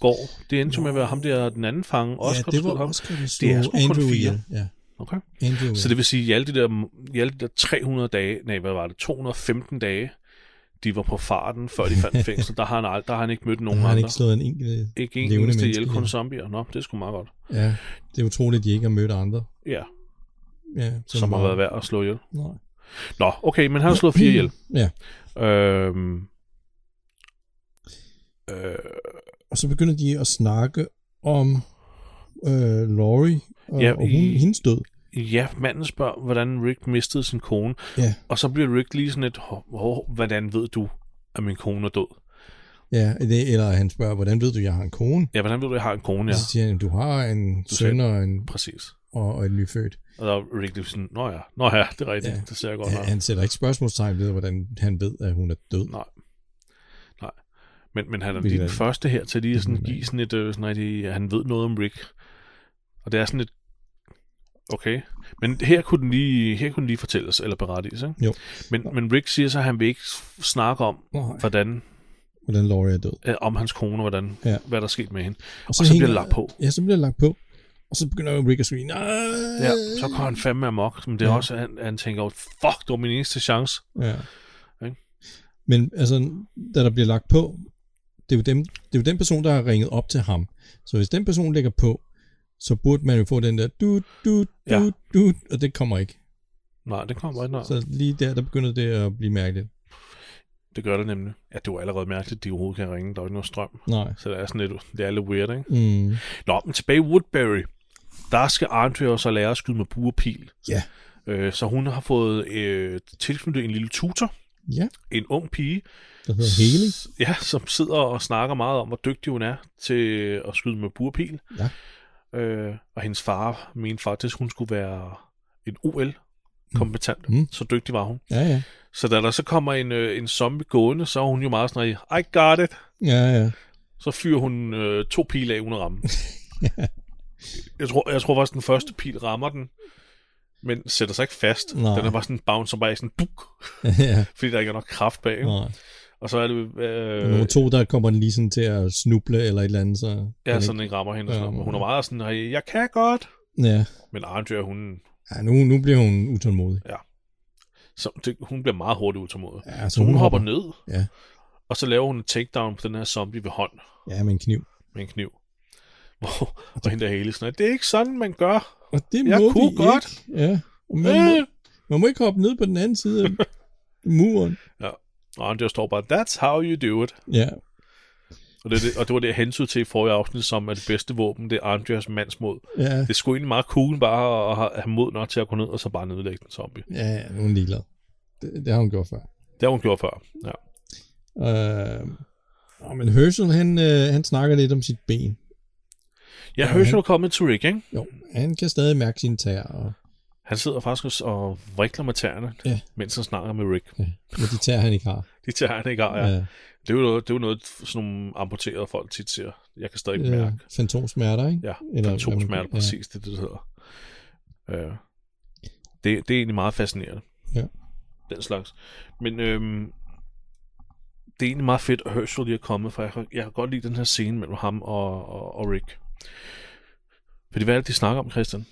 Speaker 1: gård. Det endte jo med at være ham der, den anden fange, også
Speaker 2: ja, det var
Speaker 1: ham.
Speaker 2: Oscar, der
Speaker 1: Det er sgu
Speaker 2: slog
Speaker 1: kun
Speaker 2: Andrew
Speaker 1: fire.
Speaker 2: ihjel. Ja,
Speaker 1: Okay.
Speaker 2: Andrew
Speaker 1: Så det vil sige, at i alle de, der, i alle de der 300 dage, nej, hvad var det, 215 dage, de var på farten, før de fandt
Speaker 2: <laughs>
Speaker 1: fængsel, der har han, ald- der har han ikke mødt nogen
Speaker 2: har han
Speaker 1: andre.
Speaker 2: ikke slået en enkelt.
Speaker 1: Ikke en
Speaker 2: levende
Speaker 1: eneste
Speaker 2: menneske
Speaker 1: ihjel, kun
Speaker 2: ihjel.
Speaker 1: zombier. Nå, det er sgu meget godt.
Speaker 2: Ja, det er utroligt, at de ikke har mødt andre.
Speaker 1: Ja,
Speaker 2: Ja,
Speaker 1: som har været værd at slå ihjel.
Speaker 2: Nej.
Speaker 1: Nå, okay, men han har slået
Speaker 2: <clears throat>
Speaker 1: fire ihjel.
Speaker 2: Ja,
Speaker 1: Øhm, øh,
Speaker 2: og så begynder de at snakke om øh, Laurie og,
Speaker 1: Ja,
Speaker 2: ja, og hun,
Speaker 1: i-
Speaker 2: hendes død.
Speaker 1: ja, manden spørger, hvordan Rick mistede sin kone.
Speaker 2: Ja.
Speaker 1: Og så bliver Rick lige sådan et, "Hov, hov, hvordan ved du, at min kone er død?
Speaker 2: Ja, det, eller han spørger, hvordan ved du, jeg har en kone?
Speaker 1: Ja, hvordan ved du, at jeg har en kone?
Speaker 2: Ja.
Speaker 1: Ja,
Speaker 2: Så siger han, du har en
Speaker 1: Du
Speaker 2: søn
Speaker 1: sagde-
Speaker 2: og en,
Speaker 1: præcis.
Speaker 2: og, og en nyfødt.
Speaker 1: Og der er Rick lige sådan, nå ja, nå ja, det er rigtigt,
Speaker 2: Ja.
Speaker 1: ja. det ser jeg godt
Speaker 2: Ja,
Speaker 1: nok.
Speaker 2: han sætter ikke spørgsmålstegn ved, hvordan han ved, at hun er død.
Speaker 1: Nej. Nej. Men, men han er
Speaker 2: Hvilket
Speaker 1: lige
Speaker 2: er
Speaker 1: den
Speaker 2: det?
Speaker 1: første her til lige at sådan
Speaker 2: Mhm, ja.
Speaker 1: give sådan et, øh, sådan rigtig, at han ved noget om Rick. Og det er sådan et, okay. Men her kunne den lige, her kunne den lige fortælles, eller berettiges, ikke?
Speaker 2: Jo.
Speaker 1: Men, men Rick siger så, at han vil ikke snakke om,
Speaker 2: Nej.
Speaker 1: hvordan,
Speaker 2: Hvordan Laurie er død.
Speaker 1: øh, om hans kone, og hvordan,
Speaker 2: Ja.
Speaker 1: ja. hvad der er sket med hende. Og så bliver
Speaker 2: hænger-
Speaker 1: der lagt på.
Speaker 2: Ja, så bliver der lagt på. Og så begynder Rick at skrige, nej.
Speaker 1: Ja,
Speaker 2: Mm.
Speaker 1: så går han fandme amok, men det er
Speaker 2: Ja.
Speaker 1: ja. også, han, han tænker, jo, fuck, det var min eneste chance.
Speaker 2: Ja.
Speaker 1: Ikke?
Speaker 2: Men altså, da der bliver lagt på, det er, jo dem, det er jo den person, der har ringet op til ham. Så hvis den person lægger på, så burde man jo få den der du, du, du, ja.
Speaker 1: Ja.
Speaker 2: du, og det kommer ikke.
Speaker 1: Nej, det kommer ikke, nej.
Speaker 2: Så lige der, der begynder det at blive mærkeligt.
Speaker 1: Det gør det nemlig. Ja, det var allerede mærkeligt, at de overhovedet kan ringe, der var ikke noget strøm.
Speaker 2: Nej.
Speaker 1: Så det er sådan lidt, det er lidt weird, ikke?
Speaker 2: Mm. Nå.
Speaker 1: Nå, men tilbage i Woodbury. Der skal Andre jo så lære at skyde med bue og pil.
Speaker 2: Ja.
Speaker 1: Øh, så hun har fået øh, tilknyttet en lille tutor,
Speaker 2: Ja,
Speaker 1: en ung pige,
Speaker 2: der hedder Haley.
Speaker 1: s- ja, som sidder og snakker meget om, hvor dygtig hun er til at skyde med bue og pil.
Speaker 2: Ja.
Speaker 1: Øh, og hendes far mente faktisk, hun skulle være en OL-kompetent.
Speaker 2: Mm.
Speaker 1: Mm. Så dygtig var hun.
Speaker 2: Ja, ja.
Speaker 1: Så da der så kommer en, øh, en zombie gående, så er hun jo meget sådan, I got it.
Speaker 2: Ja, ja.
Speaker 1: Så fyrer hun øh, to pile af uden at
Speaker 2: <laughs>
Speaker 1: ramme. jeg, tror, jeg tror faktisk, den første pil rammer den, men sætter sig ikke fast.
Speaker 2: Nej.
Speaker 1: Den er bare sådan bouncer bare i sådan duk,
Speaker 2: <laughs> ja.
Speaker 1: <laughs> fordi der ikke er nok kraft bag. ikke?
Speaker 2: Nej.
Speaker 1: Og så er det,
Speaker 2: Øh. Nummer
Speaker 1: øh,
Speaker 2: to, der kommer den lige sådan til at snuble eller et eller andet, så...
Speaker 1: ja,
Speaker 2: den
Speaker 1: sådan ikke rammer hende. og Sådan,
Speaker 2: Ja.
Speaker 1: noget. hun er meget sådan, "Hey, jeg kan godt.
Speaker 2: ikke- Ja.
Speaker 1: Men Arndjør, hun,
Speaker 2: ja nu, nu bliver hun utålmodig.
Speaker 1: så, det, hun bliver meget hurtigt utålmodig.
Speaker 2: Ja, altså,
Speaker 1: Så hun, hopper ned,
Speaker 2: Ja.
Speaker 1: og så laver hun en takedown på den her zombie ved hånd
Speaker 2: Ja, med en kniv.
Speaker 1: med en kniv. <laughs> Hvor, og hende der hele sådan, det er ikke sådan, man gør.
Speaker 2: Og det
Speaker 1: Jeg
Speaker 2: må
Speaker 1: kunne
Speaker 2: vi
Speaker 1: godt.
Speaker 2: Ikke. Ja. Og Man, må,
Speaker 1: Øh.
Speaker 2: man må ikke hoppe ned på den anden side af muren.
Speaker 1: Og Arndjør står bare, that's how you do it.
Speaker 2: Ja,
Speaker 1: Og det, er det, og det var det, jeg hensyn til i forrige afsnit, som er det bedste våben, det er Andreas mands mod.
Speaker 2: ja,
Speaker 1: Det skulle egentlig meget cool bare at have- have mod nok til at gå ned og så bare nedlægge den zombie.
Speaker 2: ja, ja, nu er hun ligeglad. Det, det har hun gjort før.
Speaker 1: Det har hun gjort før. Ja.
Speaker 2: Øh, nå, men Herschel, han, øh, han snakker lidt om sit ben.
Speaker 1: Jeg hører, du er kommet til Rick, ikke?
Speaker 2: Jo, han kan stadig mærke sine tæer, og
Speaker 1: Han sidder faktisk og vrikler med tæerne,
Speaker 2: Ja.
Speaker 1: ja. mens han snakker med Rick.
Speaker 2: ja, med de tæer, han ikke har.
Speaker 1: De tæer, han ikke har, ja. ja. Det, er jo noget, det er jo noget, sådan nogle amputerede folk tit siger. Jeg kan stadig
Speaker 2: ja,
Speaker 1: mærke.
Speaker 2: øh, fantomsmerter, ikke?
Speaker 1: Ja,
Speaker 2: Eller-
Speaker 1: fantomsmerter,
Speaker 2: ja.
Speaker 1: præcis det, det hedder. Øh, det, det er egentlig meget fascinerende.
Speaker 2: Ja.
Speaker 1: Den slags. Men øhm, det er egentlig meget fedt, at Herschel lige er kommet, for jeg kan, jeg kan godt lide den her scene mellem ham og, og, og Rick. Fordi hvad er det, de snakker om, Christian?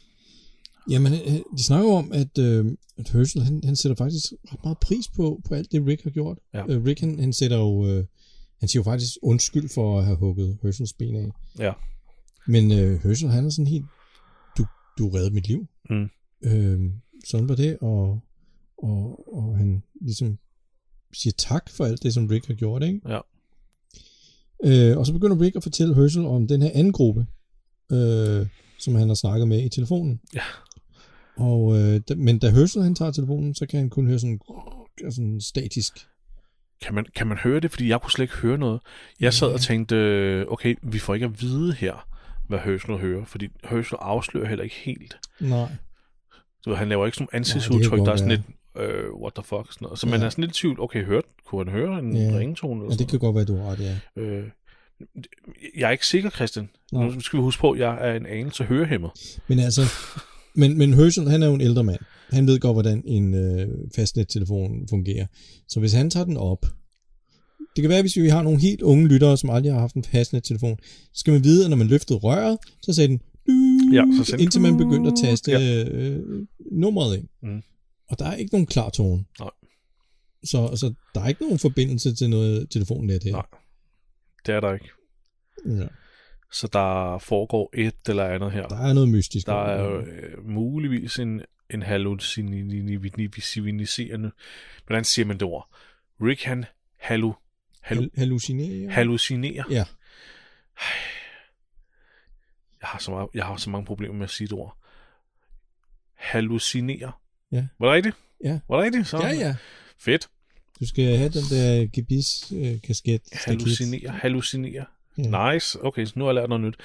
Speaker 2: Jamen, øh, de snakker jo om, at, øh, at Herschel, han, han sætter faktisk ret meget pris på, på alt det, Rick har gjort.
Speaker 1: Ja.
Speaker 2: Øh, Rick, han, han sætter jo, øh, han siger jo faktisk undskyld for at have hugget Herschels ben af.
Speaker 1: Ja.
Speaker 2: Men øh, Herschel, han er sådan helt, du, du reddede mit liv.
Speaker 1: Mm.
Speaker 2: Øh, sådan var det, og, og, og han ligesom siger tak for alt det, som Rick har gjort, ikke?
Speaker 1: Ja.
Speaker 2: Øh, og så begynder Rick at fortælle Herschel om den her anden gruppe, øh, som han har snakket med i telefonen.
Speaker 1: Ja.
Speaker 2: Og, øh, da, men da Herschel han tager telefonen, så kan han kun høre sådan, grrr, sådan statisk.
Speaker 1: Kan man, kan man høre det? Fordi jeg kunne slet ikke høre noget. Jeg sad
Speaker 2: Ja.
Speaker 1: og tænkte, øh, okay, vi får ikke at vide her, hvad Herschel hører, fordi Herschel afslører heller ikke helt.
Speaker 2: Nej.
Speaker 1: Du ved, han laver ikke sådan nogle
Speaker 2: det kan
Speaker 1: ansigtsudtryk,
Speaker 2: godt
Speaker 1: der er sådan lidt, øh, what the fuck, sådan noget. Så man
Speaker 2: Ja.
Speaker 1: er sådan lidt i tvivl, okay, hørte, kunne han høre en
Speaker 2: Ja.
Speaker 1: ringetone? Eller
Speaker 2: Ja, det
Speaker 1: sådan
Speaker 2: kan godt være, du har ret, ja.
Speaker 1: noget? Øh, jeg er ikke sikker, Christian.
Speaker 2: Nej.
Speaker 1: Nu skal vi huske på, at jeg er en anelse hørehæmmer.
Speaker 2: Men altså, men, men Herschel, han er jo en ældre mand. Han ved godt, hvordan en øh, fastnettelefon fungerer. Så hvis han tager den op, det kan være, hvis vi har nogle helt unge lyttere, som aldrig har haft en fastnettelefon, så skal man vide, at når man løftede røret, så sagde den,
Speaker 1: Ja, så sagde den,
Speaker 2: indtil man begyndte at taste
Speaker 1: Ja.
Speaker 2: øh, nummeret ind.
Speaker 1: Mm.
Speaker 2: Og der er ikke nogen klar tone.
Speaker 1: Nej.
Speaker 2: Så, så der er ikke nogen forbindelse til noget telefonnet her.
Speaker 1: Nej. Det er der ikke.
Speaker 2: Ja.
Speaker 1: Så der foregår et eller andet her.
Speaker 2: Der er noget mystisk.
Speaker 1: Der er jo
Speaker 2: over det.
Speaker 1: øh, muligvis en, en halluciniserende... Hvordan siger man det ord? Rick, han hallu, hallu,
Speaker 2: Hal- hallucinerer.
Speaker 1: hallucinerer.
Speaker 2: Ja.
Speaker 1: Jeg har, så meget, jeg har så mange problemer med at sige det ord. hallucinere.
Speaker 2: Ja.
Speaker 1: Var det rigtigt?
Speaker 2: Ja.
Speaker 1: Var det rigtigt? Så,
Speaker 2: Ja, ja.
Speaker 1: Fedt.
Speaker 2: Du skal have den der øh, gebis-kasket.
Speaker 1: Hallucinere, hallucinere.
Speaker 2: Ja.
Speaker 1: Nice. Okay, så nu har jeg lært noget nyt.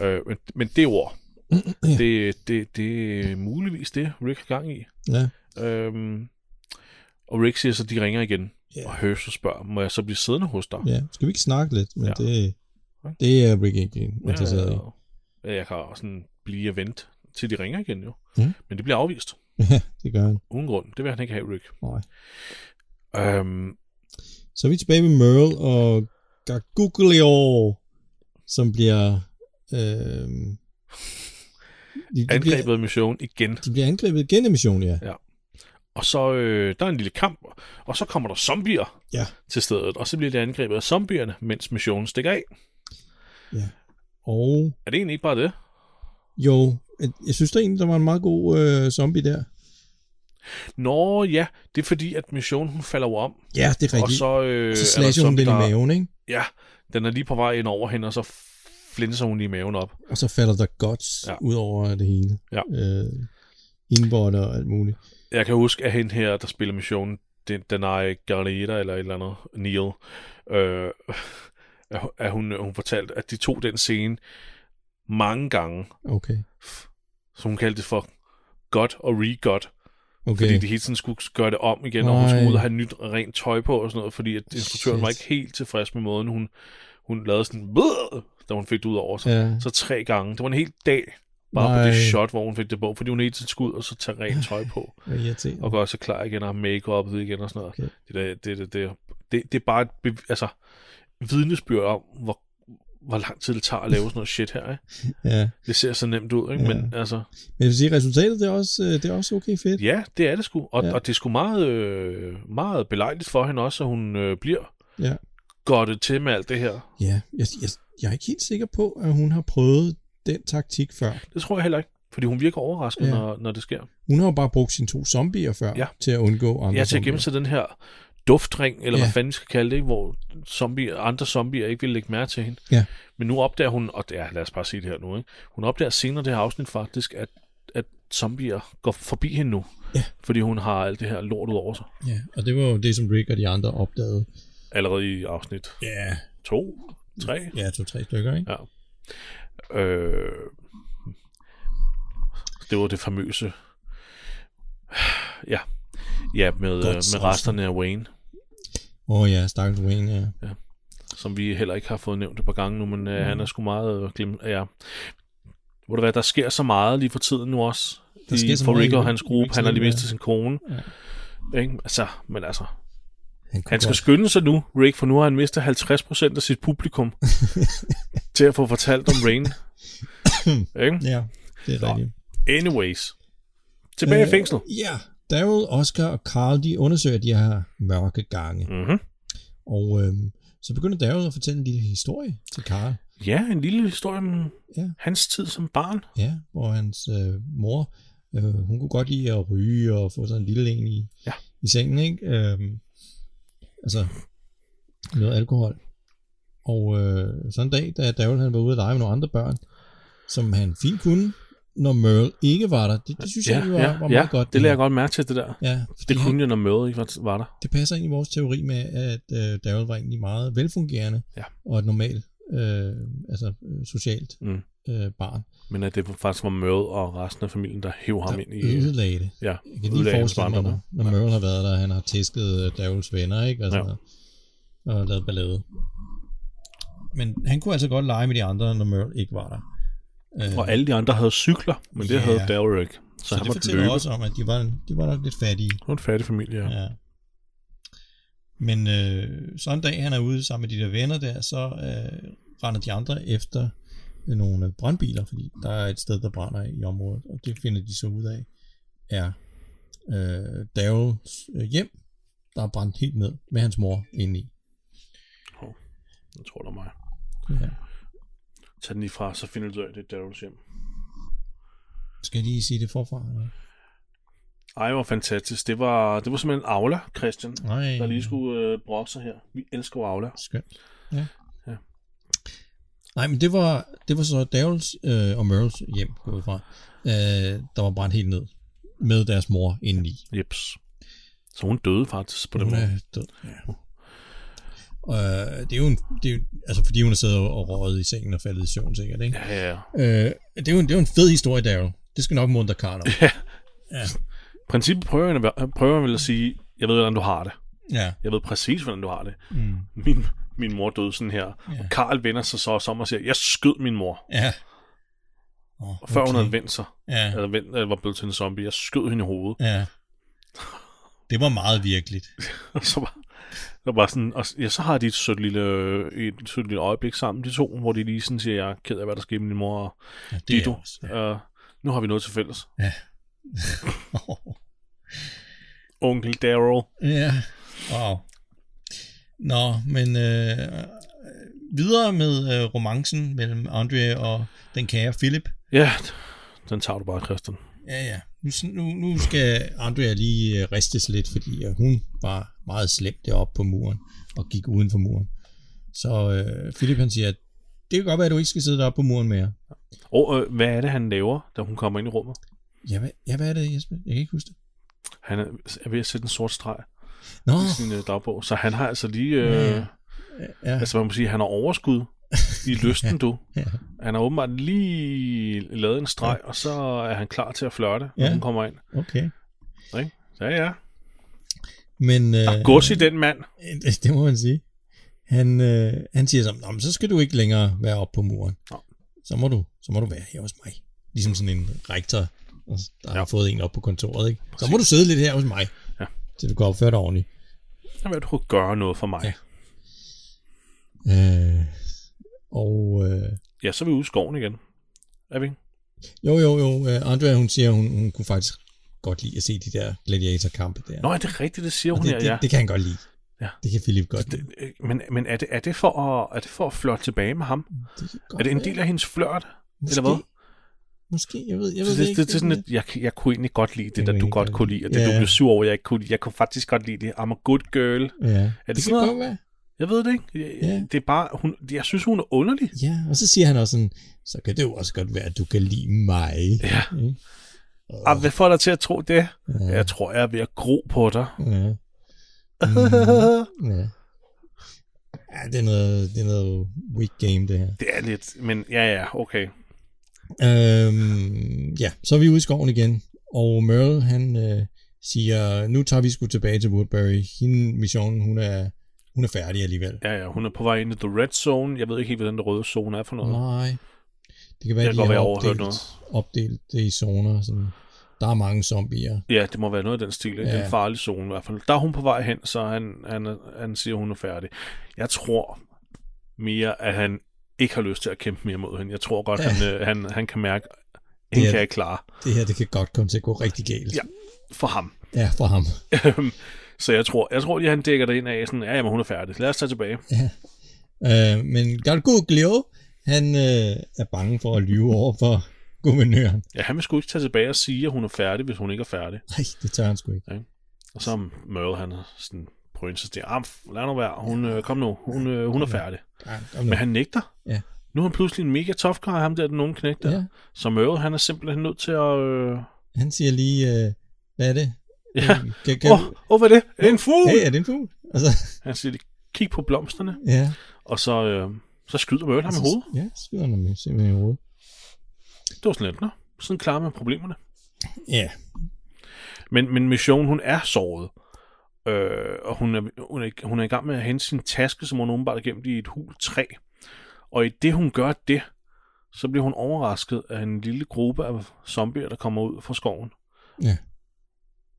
Speaker 1: Øh, men, men det ord,
Speaker 2: Ja.
Speaker 1: det, det, det er muligvis det, Rick har gang i.
Speaker 2: Ja.
Speaker 1: Øhm, og Rick siger så, de ringer igen.
Speaker 2: Ja.
Speaker 1: Yeah. Og Herschel spørger, må jeg så blive siddende hos dig?
Speaker 2: ja. Skal vi ikke snakke lidt? Men
Speaker 1: Ja.
Speaker 2: ja. det, det er Rick ikke interesseret i.
Speaker 1: ja, jeg kan også sådan blive og vente, til de ringer igen jo.
Speaker 2: Ja.
Speaker 1: Men det bliver afvist.
Speaker 2: Ja, det gør han.
Speaker 1: Uden grund. Det vil han ikke have, Rick.
Speaker 2: Nej.
Speaker 1: Øhm,
Speaker 2: Så er vi tilbage med Merle og Garguglio, som bliver... Øh, de, de,
Speaker 1: angrebet
Speaker 2: bliver,
Speaker 1: af missionen igen.
Speaker 2: de bliver angrebet gennem missionen, ja.
Speaker 1: Og så øh, der er en lille kamp, og så kommer der zombier
Speaker 2: Ja.
Speaker 1: til stedet. Og så bliver det angrebet af zombierne, mens missionen stikker af.
Speaker 2: Og
Speaker 1: Er det egentlig ikke bare det?
Speaker 2: jo, jeg- jeg synes der egentlig, der var en meget god øh, zombie der.
Speaker 1: Nå ja, det er fordi, at missionen hun falder jo om.
Speaker 2: Ja, det er
Speaker 1: og
Speaker 2: rigtigt.
Speaker 1: så, øh, er
Speaker 2: så
Speaker 1: der
Speaker 2: slasher hun
Speaker 1: zombie,
Speaker 2: den i
Speaker 1: der-
Speaker 2: maven, ikke?
Speaker 1: Ja, den er lige på vej ind over hende, og så flinser hun lige maven op.
Speaker 2: Og så falder der godt
Speaker 1: Ja.
Speaker 2: ja. ud over det hele.
Speaker 1: Ja.
Speaker 2: Øh, indvotter og alt muligt.
Speaker 1: Jeg kan huske, at hende her, der spiller missionen, den, den er Garneta eller et eller andet, Neil, øh, at hun- at hun, hun fortalte, at de tog den scene mange gange,
Speaker 2: Okay.
Speaker 1: som hun kaldte det for godt og re-godt,
Speaker 2: okay.
Speaker 1: fordi de hele tiden skulle gøre det om igen, og hun
Speaker 2: Nej.
Speaker 1: skulle ud og have nyt og rent tøj på og sådan noget, fordi at instruktøren var ikke
Speaker 2: Shit.
Speaker 1: helt tilfreds med måden, hun, hun lavede sådan, "Bleh!" da hun fik det ud over sig.
Speaker 2: ja.
Speaker 1: Så tre gange. Det var en hel dag, bare Nej.
Speaker 2: Nej.
Speaker 1: på det shot, hvor hun fik det på, fordi hun hele tiden skulle ud og så tage rent tøj
Speaker 2: <laughs>
Speaker 1: på,
Speaker 2: Hvad irriterende.
Speaker 1: og gøre sig klar igen, og have make ud igen og sådan noget.
Speaker 2: Okay.
Speaker 1: Det, der, det, det, det, det, det er bare et bev- altså, vidnesbyrd om, hvor, hvor lang tid det tager at lave sådan noget shit her. Ikke?
Speaker 2: Ja.
Speaker 1: Det ser så nemt ud, ikke?
Speaker 2: Ja.
Speaker 1: men altså,
Speaker 2: Men jeg vil sige, resultatet det er også, øh, det er også okay fedt.
Speaker 1: ja, det er det sgu. Og, ja.
Speaker 2: Ja.
Speaker 1: og det er sgu meget, øh, meget belejligt for hende også, at hun øh, bliver
Speaker 2: Ja.
Speaker 1: godt det til med alt det her.
Speaker 2: ja. Jeg, jeg, jeg er ikke helt sikker på, at hun har prøvet den taktik før.
Speaker 1: Det tror jeg heller ikke, fordi hun virker overrasket, ja.
Speaker 2: Ja.
Speaker 1: når, når det sker.
Speaker 2: Hun har jo bare brugt sine to zombier før,
Speaker 1: Ja.
Speaker 2: til at undgå andre
Speaker 1: Ja, til at gemme sig den her duftring, eller ja. hvad
Speaker 2: Ja.
Speaker 1: fanden vi skal kalde det, ikke? hvor zombier, andre zombier ikke vil lægge mærke til hende.
Speaker 2: Ja.
Speaker 1: Men nu opdager hun, og ja, lad os bare sige det her nu, ikke? hun opdager senere i det her afsnit faktisk, at, at zombier går forbi hende nu,
Speaker 2: Ja.
Speaker 1: fordi hun har alt det her lort ud over sig,
Speaker 2: Ja, og det var jo det, som Rick og de andre opdagede.
Speaker 1: allerede i afsnit
Speaker 2: Ja,
Speaker 1: 2, 3.
Speaker 2: ja to-tre stykker, ikke?
Speaker 1: Øh, det var det famøse, ja, ja med, øh, med
Speaker 2: Godt
Speaker 1: resterne af Wayne.
Speaker 2: Åh oh, ja, stakkels Wayne, ja.
Speaker 1: som vi heller ikke har fået nævnt et par gange nu, men øh,
Speaker 2: Mm.
Speaker 1: han er sgu meget øh, glemt. Ja. Må det være, der sker så meget lige for tiden nu også.
Speaker 2: Der
Speaker 1: i,
Speaker 2: sker så
Speaker 1: for
Speaker 2: meget
Speaker 1: Rick
Speaker 2: i-
Speaker 1: og hans
Speaker 2: i
Speaker 1: gruppe, han har lige
Speaker 2: Ricks liv,
Speaker 1: mistet
Speaker 2: ja.
Speaker 1: sin kone. Ja. Ikke? Altså, men altså,
Speaker 2: kunne
Speaker 1: han skal
Speaker 2: godt-
Speaker 1: skynde sig nu, Rick, for nu har han mistet 50% af sit
Speaker 2: <laughs>
Speaker 1: publikum til at få fortalt om
Speaker 2: <coughs>
Speaker 1: Rain. ikke?
Speaker 2: Ja, det er
Speaker 1: Nå.
Speaker 2: rigtigt.
Speaker 1: Anyways. Tilbage øh. i
Speaker 2: Øh,
Speaker 1: fængsel.
Speaker 2: Ja, Daryl, Oscar og Carl, de undersøger de her mørke gange.
Speaker 1: Mm-hmm.
Speaker 2: Og øhm, så begynder Daryl at fortælle en lille historie til Carl.
Speaker 1: Ja, en lille historie om
Speaker 2: Ja.
Speaker 1: hans tid som barn.
Speaker 2: Ja, hvor hans øh, mor, øh, hun kunne godt lide at ryge og få sådan en lille en i,
Speaker 1: Ja.
Speaker 2: i sengen, ikke? Øhm, altså, noget alkohol. Og øh, sådan en dag, da Daryl han var ude at lege med nogle andre børn, som han fint kunne, når Merle ikke var der. Det, det synes jeg egentlig var, var meget
Speaker 1: ja,
Speaker 2: godt.
Speaker 1: det lader jeg godt mærke til, det der.
Speaker 2: Ja,
Speaker 1: Det
Speaker 2: fordi han-
Speaker 1: kunne jeg, når mødet ikke var- var der.
Speaker 2: det passer ind i vores teori med, at øh, Daryl var egentlig meget velfungerende
Speaker 1: Ja.
Speaker 2: og et normalt, øh, altså øh, socialt
Speaker 1: Mm.
Speaker 2: øh, barn,
Speaker 1: Men at det faktisk var Møde og resten af familien, der hæv ham
Speaker 2: der
Speaker 1: ind i...
Speaker 2: ødelagde det.
Speaker 1: Ja,
Speaker 2: Jeg kan lige
Speaker 1: ødelagde hans
Speaker 2: forestille mig,
Speaker 1: barndom.
Speaker 2: når, når Merle har været der, han har tæsket øh, Daryls venner, ikke? Og, sådan
Speaker 1: Ja.
Speaker 2: ja. og lavet ballade. Men han kunne altså godt lege med de andre, når Merle ikke var der. Øh,
Speaker 1: Og alle de andre havde cykler, men det
Speaker 2: Ja.
Speaker 1: havde Daryl ikke. Så,
Speaker 2: så
Speaker 1: han
Speaker 2: det
Speaker 1: måtte
Speaker 2: fortæller
Speaker 1: løbe.
Speaker 2: også om, at de var, de var nok lidt fattige.
Speaker 1: Det var en fattig familie, ja.
Speaker 2: Ja. Men øh, så en dag, han er ude sammen med de der venner der, så øh, render de andre efter nogle øh, brandbiler, fordi der er et sted, der brænder i området, og det finder de så ud af, er øh, Daryls øh, hjem, der er brændt helt ned med hans mor inde i.
Speaker 1: Jeg tror, det var mig.
Speaker 2: Ja.
Speaker 1: Tag den lige fra, så finder du ud af, at det er Daryls hjem.
Speaker 2: Skal jeg lige sige det forfra? Eller?
Speaker 1: Ej, hvor fantastisk. Det var, det var simpelthen Aula, Christian,
Speaker 2: Nej.
Speaker 1: der lige skulle øh, brokke sig her. Vi elsker jo Aula.
Speaker 2: Skønt. Ja.
Speaker 1: Ja.
Speaker 2: ja. Nej, men det var, det var så Daryls øh, og Merles hjem, gået fra, øh, der var brændt helt ned. med deres mor indeni.
Speaker 1: Jeps. Så hun døde faktisk på den
Speaker 2: Hun
Speaker 1: måde.
Speaker 2: er død. Ja. Øh, det er jo en, det er, jo- altså fordi hun har siddet og røget i sengen og faldet i søvn sikkert, ikke?
Speaker 1: Ja, ja.
Speaker 2: Øh, det, er jo en, det er jo en fed historie, Daryl. Det skal nok munter Carter.
Speaker 1: <laughs> Princippet prøver han, at være- prøver han vel at sige, jeg ved, hvordan du har det.
Speaker 2: Ja.
Speaker 1: Jeg ved præcis, hvordan du har det.
Speaker 2: Mm.
Speaker 1: Min, min mor døde sådan her.
Speaker 2: Ja.
Speaker 1: Ja. Og Karl vender sig så som og siger, jeg skød min mor.
Speaker 2: Ja. Oh,
Speaker 1: Og før okay. hun havde vendt sig,
Speaker 2: Ja,
Speaker 1: eller vendt, eller var blevet til en zombie, jeg skød hende i hovedet. <laughs>
Speaker 2: ja. Det var meget virkeligt.
Speaker 1: Og så var, der var sådan, og, ja, så har de et sødt, lille, øh, et sødt lille øjeblik sammen, de to, hvor de lige sådan siger, jeg er ked af, hvad der skete med din mor. Og,
Speaker 2: Ja, det
Speaker 1: Dido.
Speaker 2: er også. Ja.
Speaker 1: ja. øh, nu har vi noget til fælles. Onkel Daryl.
Speaker 2: ja. Wow. Nå, men øh, videre med øh, romancen mellem Andre og den kære Philip.
Speaker 1: Ja, den tager du bare, Christian.
Speaker 2: Ja, ja. Nu, nu, nu skal Andrea lige øh, ristes lidt, fordi øh, hun var meget slem deroppe på muren og gik uden for muren. Så øh, Philip han siger, at det kan godt være, at du ikke skal sidde deroppe på muren mere.
Speaker 1: Og øh, hvad er det, han laver, da hun kommer ind i rummet?
Speaker 2: Ja, hvad, ja, hvad er det, Jesper? Jeg kan ikke huske det.
Speaker 1: Han er, er ved at sætte en sort streg
Speaker 2: Nå,
Speaker 1: i sin øh, dagbog, så han har altså lige... Øh,
Speaker 2: Ja, ja. ja,
Speaker 1: Altså, man må sige, han har overskud
Speaker 2: <laughs>
Speaker 1: i lysten, du.
Speaker 2: Ja.
Speaker 1: Han har åbenbart lige lavet en streg, og så er han klar til at flørte, når
Speaker 2: Ja.
Speaker 1: hun kommer ind.
Speaker 2: okay.
Speaker 1: Ja, ja.
Speaker 2: Men, øh,
Speaker 1: Der er gods i den mand.
Speaker 2: <laughs> Det, det må man sige. Han, øh, han siger sådan, "Nå, men så skal du ikke længere være oppe på muren.
Speaker 1: Nå.
Speaker 2: Så må, du, så må du være her hos mig. Ligesom sådan en rektor, der har fået en op på kontoret. Ikke? Så må du sidde lidt her hos mig,
Speaker 1: Ja.
Speaker 2: til du kan opføre dig ordentligt.
Speaker 1: Jeg vil, du kunne gøre noget for mig.
Speaker 2: Ja.
Speaker 1: Ja,
Speaker 2: Øh, og øh,
Speaker 1: ja så er vi ude i skoven igen. Er vi ikke?
Speaker 2: jo, jo, jo. øh, Andrea, hun siger, hun, hun kunne faktisk godt lide at se de der gladiatorkampe der.
Speaker 1: Nå, er det rigtigt, det siger
Speaker 2: Og
Speaker 1: hun
Speaker 2: det,
Speaker 1: her,
Speaker 2: det,
Speaker 1: ja.
Speaker 2: det, kan han godt lide.
Speaker 1: Ja.
Speaker 2: Det kan Philip godt lide.
Speaker 1: Det- øh, Men, men er, det, er, det for at, er det for at flørte tilbage med ham?
Speaker 2: Det kan godt
Speaker 1: Er det en
Speaker 2: være.
Speaker 1: del af hendes flørt?
Speaker 2: Måske.
Speaker 1: hvad?
Speaker 2: Måske, jeg ved, jeg ved
Speaker 1: Det, det,
Speaker 2: ikke.
Speaker 1: det, det er sådan, at jeg, jeg kunne egentlig godt lide
Speaker 2: Jeg
Speaker 1: det, der
Speaker 2: kunne
Speaker 1: du
Speaker 2: egentlig
Speaker 1: godt
Speaker 2: godt
Speaker 1: kunne
Speaker 2: lide.
Speaker 1: lide, og det,
Speaker 2: Ja.
Speaker 1: du blev sur over, jeg ikke kunne lide. Jeg kunne faktisk godt lide det. I'm a good girl.
Speaker 2: Ja.
Speaker 1: Er det,
Speaker 2: Det
Speaker 1: det
Speaker 2: kan
Speaker 1: sådan noget?
Speaker 2: godt være.
Speaker 1: Jeg ved det ikke. Jeg,
Speaker 2: Ja.
Speaker 1: Det er bare, hun, jeg synes, hun er underlig.
Speaker 2: Ja, og så siger han også sådan, så kan det jo også godt være, at du kan lide mig.
Speaker 1: Ja.
Speaker 2: Ikke?
Speaker 1: Ah, hvad får dig til at tro det?
Speaker 2: Ja.
Speaker 1: Jeg tror, jeg er ved at gro på
Speaker 2: <laughs>
Speaker 1: dig.
Speaker 2: Ja. Mhm. ja. ja det, er noget, det er noget weak game, det her.
Speaker 1: det er lidt, men ja, ja, okay.
Speaker 2: Øhm, ja, så er vi ude i skoven igen, og Merle, han øh, siger, nu tager vi sgu tilbage til Woodbury. Hende, missionen, hun er, hun er færdig alligevel.
Speaker 1: Ja, ja, hun er på vej ind i The Red Zone. Jeg ved ikke helt, hvad den røde zone er for noget.
Speaker 2: Nej. Det kan være,
Speaker 1: Jeg
Speaker 2: at
Speaker 1: kan godt
Speaker 2: de har
Speaker 1: være, jeg overhørte
Speaker 2: opdelt, opdelt det i zoner. Sådan. Der er mange zombier.
Speaker 1: Ja, det må være noget af den stil. Ja.
Speaker 2: Ja.
Speaker 1: Den farlige zone i hvert fald. Der er hun på vej hen, så han, han, er- han siger, hun er færdig. Jeg tror mere, at han ikke har lyst til at kæmpe mere mod hende. Jeg tror godt,
Speaker 2: Ja.
Speaker 1: ja. han, øh, han, han kan mærke, at hende
Speaker 2: Ja.
Speaker 1: kan jeg klare
Speaker 2: Det her, det kan godt komme til at gå rigtig galt.
Speaker 1: Ja. for ham.
Speaker 2: Ja, for ham.
Speaker 1: så jeg tror, jeg tror, at han dækker det ind af sådan, ja, jamen, hun er færdig. Lad os tage tilbage.
Speaker 2: Øh, men Gargoglio, han øh, er bange for at lyve over for guvernøren.
Speaker 1: Ja, han vil sgu ikke tage tilbage og sige, at hun er færdig, hvis hun ikke er færdig.
Speaker 2: Nej, det tør han sgu ikke.
Speaker 1: Og så er Merle, han er sådan på en sidste, ah, f- lad nu være, hun, øh, kom nu, hun, øh, hun er færdig.
Speaker 2: Ja, kom nu.
Speaker 1: Men han nægter.
Speaker 2: Ja.
Speaker 1: Nu er han pludselig en mega tough guy, ham der, den unge knæk der.
Speaker 2: Ja,
Speaker 1: Så Merle, han er simpelthen nødt til at... Øh...
Speaker 2: han siger lige, øh, hvad er det?
Speaker 1: Ja.
Speaker 2: Øh, Kan, kan,
Speaker 1: Åh, oh, hvad er det? En fugl!
Speaker 2: Hey, er det en fugl? Altså,
Speaker 1: Han siger, kig på blomsterne,
Speaker 2: ja.
Speaker 1: og så, øh, så skyder Merle ham i
Speaker 2: Så-
Speaker 1: hovedet.
Speaker 2: Ja, så skyder han ham i- simpelthen i hovedet.
Speaker 1: Det var sådan lidt, nå. Sådan klarer man problemerne.
Speaker 2: Ja,
Speaker 1: Men, men Mission, hun er såret. Øh, og hun er, hun, er, hun er i gang med at hente sin taske, som hun åbenbart har gemt i et hul træ. Og i det, hun gør det, så bliver hun overrasket af en lille gruppe af zombier, der kommer ud fra skoven.
Speaker 2: Ja.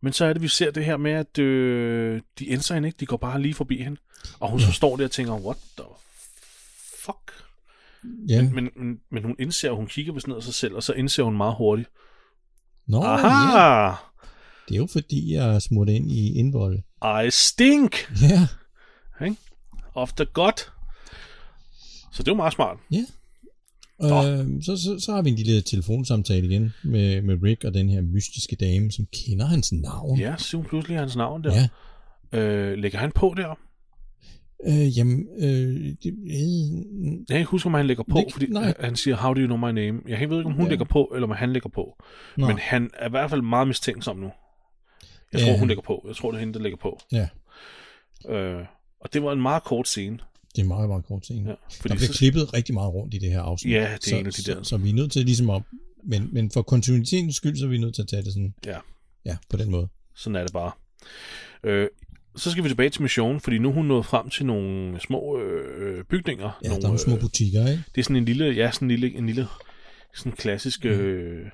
Speaker 1: Men så er det, vi ser det her med, at øh, de ændrer hende ikke. De går bare lige forbi hende. Og hun
Speaker 2: Ja.
Speaker 1: så står der og tænker, what the fuck?
Speaker 2: ja.
Speaker 1: Men, men, men hun indser, at hun kigger ved sådan noget af sig selv, og så indser hun meget hurtigt,
Speaker 2: Nå, ja.
Speaker 1: aha,
Speaker 2: det er jo fordi, jeg er smurt ind i indvolde.
Speaker 1: I stink!
Speaker 2: Ja,
Speaker 1: of the god. Så det er jo meget smart. Nå.
Speaker 2: Øhm, så, så, så har vi en lille telefonsamtale igen med, med Rick og den her mystiske dame, som kender hans navn.
Speaker 1: Ja, så siger hun pludselig hans navn der.
Speaker 2: ja.
Speaker 1: Ja. Øh, lægger han på der?
Speaker 2: Øh, jamen, øh, det, øh,
Speaker 1: Jeg kan ikke huske, om han lægger på,
Speaker 2: Det-
Speaker 1: fordi
Speaker 2: nej.
Speaker 1: han siger, how do you know my name? Jeg ved ikke, om hun
Speaker 2: Ja.
Speaker 1: lægger på, eller om han lægger på.
Speaker 2: Nå.
Speaker 1: Men han er i hvert fald meget mistænksom nu. Jeg tror,
Speaker 2: Ja.
Speaker 1: hun lægger på. Jeg tror, det er hende, der lægger på.
Speaker 2: Ja.
Speaker 1: Øh, og det var en meget kort scene.
Speaker 2: det er en meget, meget kort scene.
Speaker 1: Ja,
Speaker 2: Ja,
Speaker 1: fordi
Speaker 2: der bliver
Speaker 1: så-
Speaker 2: klippet rigtig meget rundt i det her afsnit.
Speaker 1: Ja, det er
Speaker 2: så,
Speaker 1: en af de der.
Speaker 2: Så, så vi er nødt til ligesom at... Men, men for kontinuitetens skyld, så er vi nødt til at tage det sådan...
Speaker 1: Ja.
Speaker 2: Ja, på den måde.
Speaker 1: Sådan er det bare. Øh, så skal vi tilbage til missionen, fordi nu er hun nået frem til nogle små øh, bygninger.
Speaker 2: Ja, nogle, der er nogle små
Speaker 1: øh,
Speaker 2: butikker, ikke?
Speaker 1: det er sådan en lille, ja, sådan en lille, en lille sådan klassisk
Speaker 2: Mm.
Speaker 1: øh,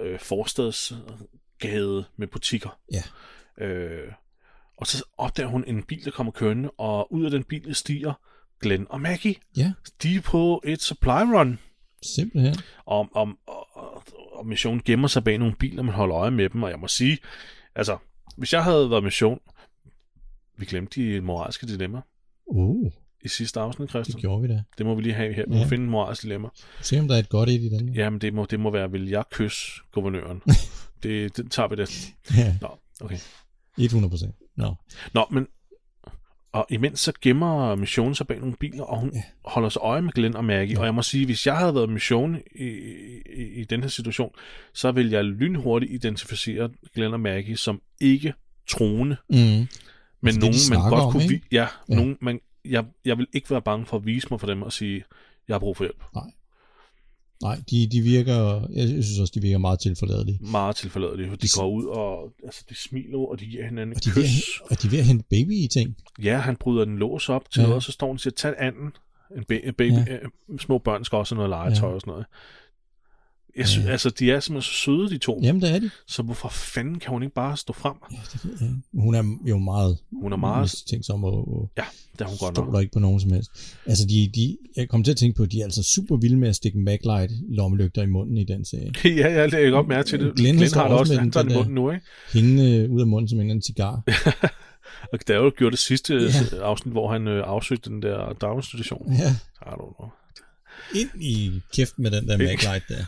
Speaker 1: øh, forstadsgade med butikker.
Speaker 2: Ja.
Speaker 1: Øh, og så opdager hun en bil, der kommer kørende, og ud af den bil stiger Glenn og Maggie.
Speaker 2: Ja.
Speaker 1: De er på et supply run,
Speaker 2: Simpelthen.
Speaker 1: og, og, og, og, og missionen gemmer sig bag nogle biler, man holder øje med dem, og jeg må sige, altså, hvis jeg havde været mission, vi glemte de moralske dilemma
Speaker 2: Uh,
Speaker 1: i sidste afsnit,
Speaker 2: det
Speaker 1: Christian. Det,
Speaker 2: gjorde vi da.
Speaker 1: det må vi lige have her. Vi må
Speaker 2: Ja.
Speaker 1: finde moralske dilemma.
Speaker 2: Se om der er et godt et i den.
Speaker 1: Jamen, det må, det må være, vil jeg kysse
Speaker 2: <laughs>
Speaker 1: guvernøren? det, det tager vi det.
Speaker 2: Ja.
Speaker 1: Nå, okay.
Speaker 2: 100 procent. Nå.
Speaker 1: Nå, men... Og imens så gemmer missionen sig bag nogle biler, og hun ja.
Speaker 2: Ja.
Speaker 1: holder sig øje med Glenn og Maggie. Ja. Og jeg må sige, hvis jeg havde været mission i, i, i den her situation, så ville jeg lynhurtigt identificere Glenn og Maggie som ikke troende,
Speaker 2: Mm.
Speaker 1: men nogen,
Speaker 2: det, de
Speaker 1: man
Speaker 2: snakker
Speaker 1: godt
Speaker 2: om,
Speaker 1: kunne...
Speaker 2: ikke?
Speaker 1: vi- Ja, ja.
Speaker 2: Ja.
Speaker 1: Nogen, man, jeg, jeg vil ikke være bange for at vise mig for dem og sige, jeg har brug for hjælp.
Speaker 2: Nej, de, de virker... Jeg synes også, de virker meget tilforladelige.
Speaker 1: Meget tilforladelige. for De
Speaker 2: Det-
Speaker 1: går ud, og altså, de smiler, og de giver hinanden
Speaker 2: Og de, er
Speaker 1: kys.
Speaker 2: ved, at- og de er ved at hente baby i ting.
Speaker 1: Ja, han bryder den lås op til
Speaker 2: Ja.
Speaker 1: noget, og så står hun og siger, tag anden. En ba- en baby, ja. små børn skal også have noget legetøj ja. og sådan noget. Jeg synes, ja.
Speaker 2: Ja.
Speaker 1: altså, de er simpelthen så søde, de to. Ja.
Speaker 2: Jamen, der er de.
Speaker 1: Så hvorfor fanden kan hun ikke bare stå frem?
Speaker 2: Ja, det ved jeg ikke. Hun er jo meget...
Speaker 1: Hun er meget...
Speaker 2: mistænksom og, og
Speaker 1: Ja, det er hun godt
Speaker 2: stoler
Speaker 1: nok.
Speaker 2: ikke på nogen som helst. Altså, de, de, jeg kom til at tænke på, at de er altså super vilde med at stikke maglite lommelygter i munden i den serie.
Speaker 1: <laughs> ja, jeg lægger godt mærke til det.
Speaker 2: Glenn
Speaker 1: Glenn,
Speaker 2: står
Speaker 1: har det
Speaker 2: også
Speaker 1: også.
Speaker 2: med
Speaker 1: Han
Speaker 2: den-
Speaker 1: tager den i
Speaker 2: den der-
Speaker 1: munden nu, ikke?
Speaker 2: Hende øh, ud af munden som en eller anden cigar.
Speaker 1: Og der er jo gjort det sidste
Speaker 2: Ja.
Speaker 1: ja. afsnit, hvor han øh, afsøgte den der daginstitution.
Speaker 2: ja,
Speaker 1: I don't know. <laughs>
Speaker 2: ind i kæft med den der maglite der.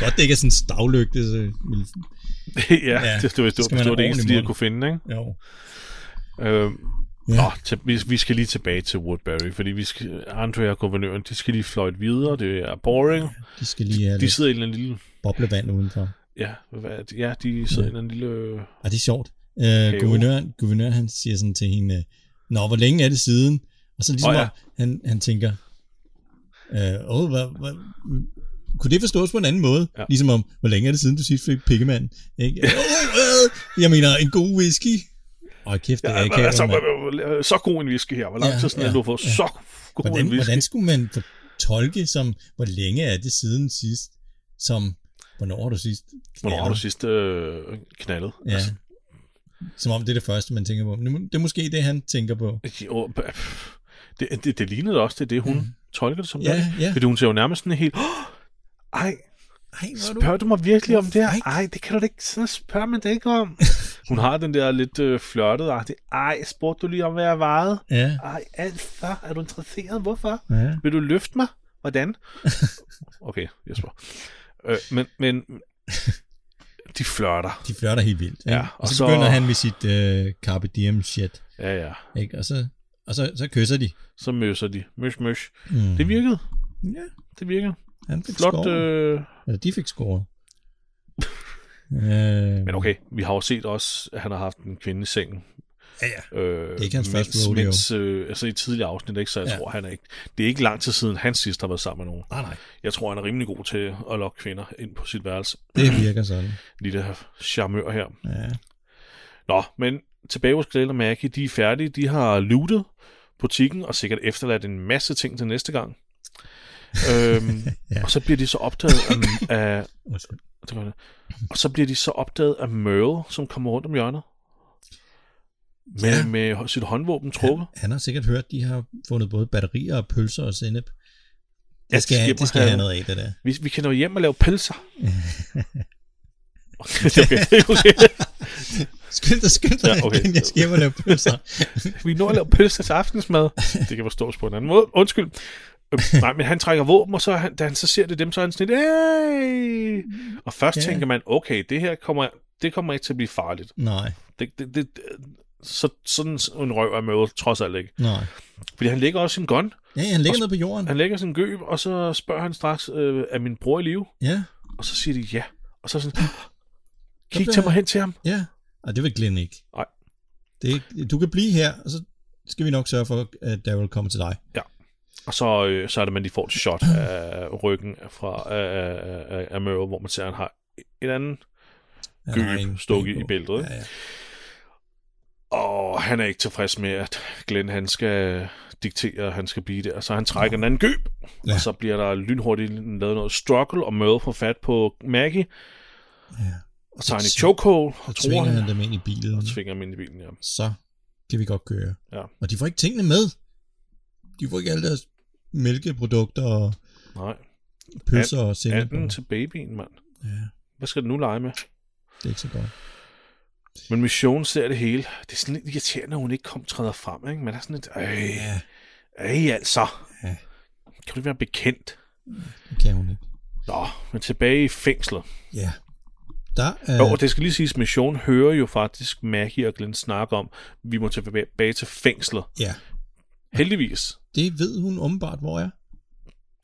Speaker 2: Godt, det ikke er sådan en stavlygte. Så...
Speaker 1: ja,
Speaker 2: Ja,
Speaker 1: ja, det, det, var, det,
Speaker 2: så skal
Speaker 1: det,
Speaker 2: man have
Speaker 1: var det
Speaker 2: ordentlig
Speaker 1: eneste, lige jeg
Speaker 2: mund.
Speaker 1: kunne finde, ikke?
Speaker 2: Jo.
Speaker 1: Øhm,
Speaker 2: Ja.
Speaker 1: ja. Nå, til, vi, vi skal lige tilbage til Woodbury, fordi vi skal, Andre og guvernøren, de skal lige fløjte videre, det er boring.
Speaker 2: De skal lige have
Speaker 1: De
Speaker 2: lidt
Speaker 1: sidder i en eller anden lille...
Speaker 2: boblevand udenfor.
Speaker 1: Ja, hvad, er det? ja de sidder i en eller anden lille...
Speaker 2: Og det er sjovt. Øh,
Speaker 1: Have.
Speaker 2: guvernøren, guvernøren, han siger sådan til hende, øh, Nå, hvor længe er det siden? Og så ligesom,
Speaker 1: Åh,
Speaker 2: oh,
Speaker 1: ja.
Speaker 2: ja. han, han tænker, øh, åh, hvad, hvad, kunne det forstås på en anden måde?
Speaker 1: Ja.
Speaker 2: Ja. Ligesom om, hvor længe er det siden, du sidst fik pikkemand? Ikke? Øh, Åh, hvad? øh, Jeg mener, en god whisky. Åh, kæft, det
Speaker 1: Ja,
Speaker 2: er
Speaker 1: ja,
Speaker 2: ikke
Speaker 1: altså,
Speaker 2: mand.
Speaker 1: så, så god en whisky her. Hvor lang
Speaker 2: Ja,
Speaker 1: tid siden
Speaker 2: ja,
Speaker 1: ja, du har fået
Speaker 2: ja.
Speaker 1: så god
Speaker 2: hvordan,
Speaker 1: en whisky?
Speaker 2: hvordan skulle man tolke som, hvor længe er det siden sidst? Som, hvornår har du sidst?
Speaker 1: Hvornår har du
Speaker 2: knaldet?
Speaker 1: sidst øh, knaldet?
Speaker 2: Ja.
Speaker 1: Altså,
Speaker 2: Som om det er det første, man tænker på. Nu- Det er måske det, han tænker på.
Speaker 1: jo, b- pff. det, det, det lignede også, det er det, hun mm. tolker det som.
Speaker 2: Ja,
Speaker 1: det.
Speaker 2: ja.
Speaker 1: Fordi hun ser jo nærmest sådan helt... <gasps> Ej,
Speaker 2: Ej, hvor er du
Speaker 1: Spørger du mig virkelig om det her?
Speaker 2: Frækt.
Speaker 1: Ej, det kan du da ikke. Så spørger man det ikke om. <laughs> Hun har den der lidt øh, flørtet-agtige. Ej, spurgte du lige om, hvad jeg vejede?
Speaker 2: Ja,
Speaker 1: Ej, alt for. Er du interesseret? Hvorfor?
Speaker 2: ja.
Speaker 1: Vil du løfte mig? Hvordan? <laughs> Okay, Jesper. Øh, men, <laughs> men de flørter.
Speaker 2: De flørter helt vildt. Ikke?
Speaker 1: Ja,
Speaker 2: og,
Speaker 1: og
Speaker 2: så,
Speaker 1: så-
Speaker 2: begynder han med sit øh, Carpe Diem shit.
Speaker 1: Ja, ja.
Speaker 2: Ikke? Og, så, og så, så kysser de.
Speaker 1: Så møsser de. Møs, møs.
Speaker 2: Mm.
Speaker 1: Det virkede.
Speaker 2: Ja,
Speaker 1: Det virkede.
Speaker 2: han fik
Speaker 1: Flot.
Speaker 2: scoret.
Speaker 1: Øh...
Speaker 2: Eller de fik scoret. øh,
Speaker 1: <laughs> Men okay, vi har jo set også, at han har haft en kvinde i sengen
Speaker 2: Ja, ja.
Speaker 1: Øh,
Speaker 2: er ikke hans
Speaker 1: mens,
Speaker 2: første rodeo.
Speaker 1: Mens, øh, altså i tidligere afsnit, ikke, så jeg ja.
Speaker 2: Ja.
Speaker 1: tror, han er ikke, det er ikke lang tid siden, han sidst har været sammen med nogen.
Speaker 2: Nej, nej.
Speaker 1: Jeg tror, han er rimelig god til at lokke kvinder ind på sit værelse. <clears throat>
Speaker 2: Det virker sådan.
Speaker 1: Lille charmør her.
Speaker 2: Ja.
Speaker 1: Nå, men tilbage hos Glenn og Maggie, de er færdige. De har lootet butikken og sikkert efterladt en masse ting til næste gang. øhm, ja.
Speaker 2: Ja.
Speaker 1: Og så bliver de så opdaget af, af
Speaker 2: Undskyld.
Speaker 1: det var det. og så bliver de så opdaget af Merle, som kommer rundt om hjørnet. Med, ja.
Speaker 2: Ja.
Speaker 1: med sit håndvåben trukket.
Speaker 2: Han har sikkert hørt, de har fundet både batterier og pølser og sennep.
Speaker 1: Ja,
Speaker 2: Det skal,
Speaker 1: det
Speaker 2: ja,
Speaker 1: skal
Speaker 2: det skal
Speaker 1: man-
Speaker 2: have noget af, det der.
Speaker 1: Vi, vi kan nå hjem og lave <laughs> pelser. okay, det er okay, det er okay.
Speaker 2: Skynd dig, skynd dig.
Speaker 1: Ja, okay.
Speaker 2: igen, <laughs> Jeg skal hjem og lave pølser.
Speaker 1: Vi når at lave pelser til aftensmad. Det kan forstås på en anden måde. Undskyld. Øh, Nej, men han trækker våben, og så er han, da han så ser det dem, så er han sådan lidt, "Hey!" Og først
Speaker 2: Ja.
Speaker 1: tænker man, okay, det her kommer, det kommer ikke til at blive farligt.
Speaker 2: nej.
Speaker 1: Det, det, det, det- så, sådan en røv er Merle trods alt ikke.
Speaker 2: Nej.
Speaker 1: Fordi han ligger også sin gun,
Speaker 2: Ja, han ligger nede på jorden.
Speaker 1: han lægger sin gøb, og så spørger han straks, øh, er min bror i live?
Speaker 2: Ja,
Speaker 1: Og så siger de ja. Og så sådan, kig
Speaker 2: bliver
Speaker 1: til mig
Speaker 2: han-
Speaker 1: hen til ham.
Speaker 2: ja. Og det vil Glenn ikke.
Speaker 1: Nej.
Speaker 2: Det er ikke. Du kan blive her, og så skal vi nok sørge for, at Daryl kommer til dig.
Speaker 1: Og så, øh, så er det, man lige får et shot af ryggen fra af, af, af- af Merle, hvor man ser, at han har en anden.
Speaker 2: Han
Speaker 1: Gøb
Speaker 2: har en-
Speaker 1: stukket
Speaker 2: en-
Speaker 1: i bæltet, ikke?
Speaker 2: Ja, ja.
Speaker 1: Og han er ikke tilfreds med, at Glenn han skal diktere, at han skal blive der. Så han trækker en anden gøb,
Speaker 2: Ja.
Speaker 1: ja. og så bliver der lynhurtigt lavet noget struggle, og Merle får fat på Maggie,
Speaker 2: ja.
Speaker 1: og tager han i
Speaker 2: Så-
Speaker 1: chokehold,
Speaker 2: Og
Speaker 1: og tror
Speaker 2: tvinger
Speaker 1: han,
Speaker 2: han dem ind i bilen.
Speaker 1: og tvinger ham ind i bilen. Ja.
Speaker 2: så kan vi godt køre.
Speaker 1: Ja.
Speaker 2: Og de får ikke tingene med. De får ikke alle deres mælkeprodukter og
Speaker 1: Nej,
Speaker 2: pølser og
Speaker 1: anden
Speaker 2: sennep.
Speaker 1: til babyen, mand.
Speaker 2: Ja,
Speaker 1: Hvad skal du nu lege med?
Speaker 2: det er ikke så godt.
Speaker 1: Men Mission ser det hele. Det er sådan lidt irriterende, at hun ikke kom træder frem, ikke? Man er sådan lidt, øh,
Speaker 2: Ja,
Speaker 1: øh altså.
Speaker 2: Ja.
Speaker 1: Kan du ikke være bekendt?
Speaker 2: det kan hun ikke.
Speaker 1: Nå, men tilbage i fængslet.
Speaker 2: Ja. Der er...
Speaker 1: Jo, og det skal lige siges, Mission hører jo faktisk Maggie og Glenn snakke om, vi må tilbage til fængslet.
Speaker 2: Ja,
Speaker 1: Heldigvis.
Speaker 2: det ved hun åbenbart, hvor jeg er.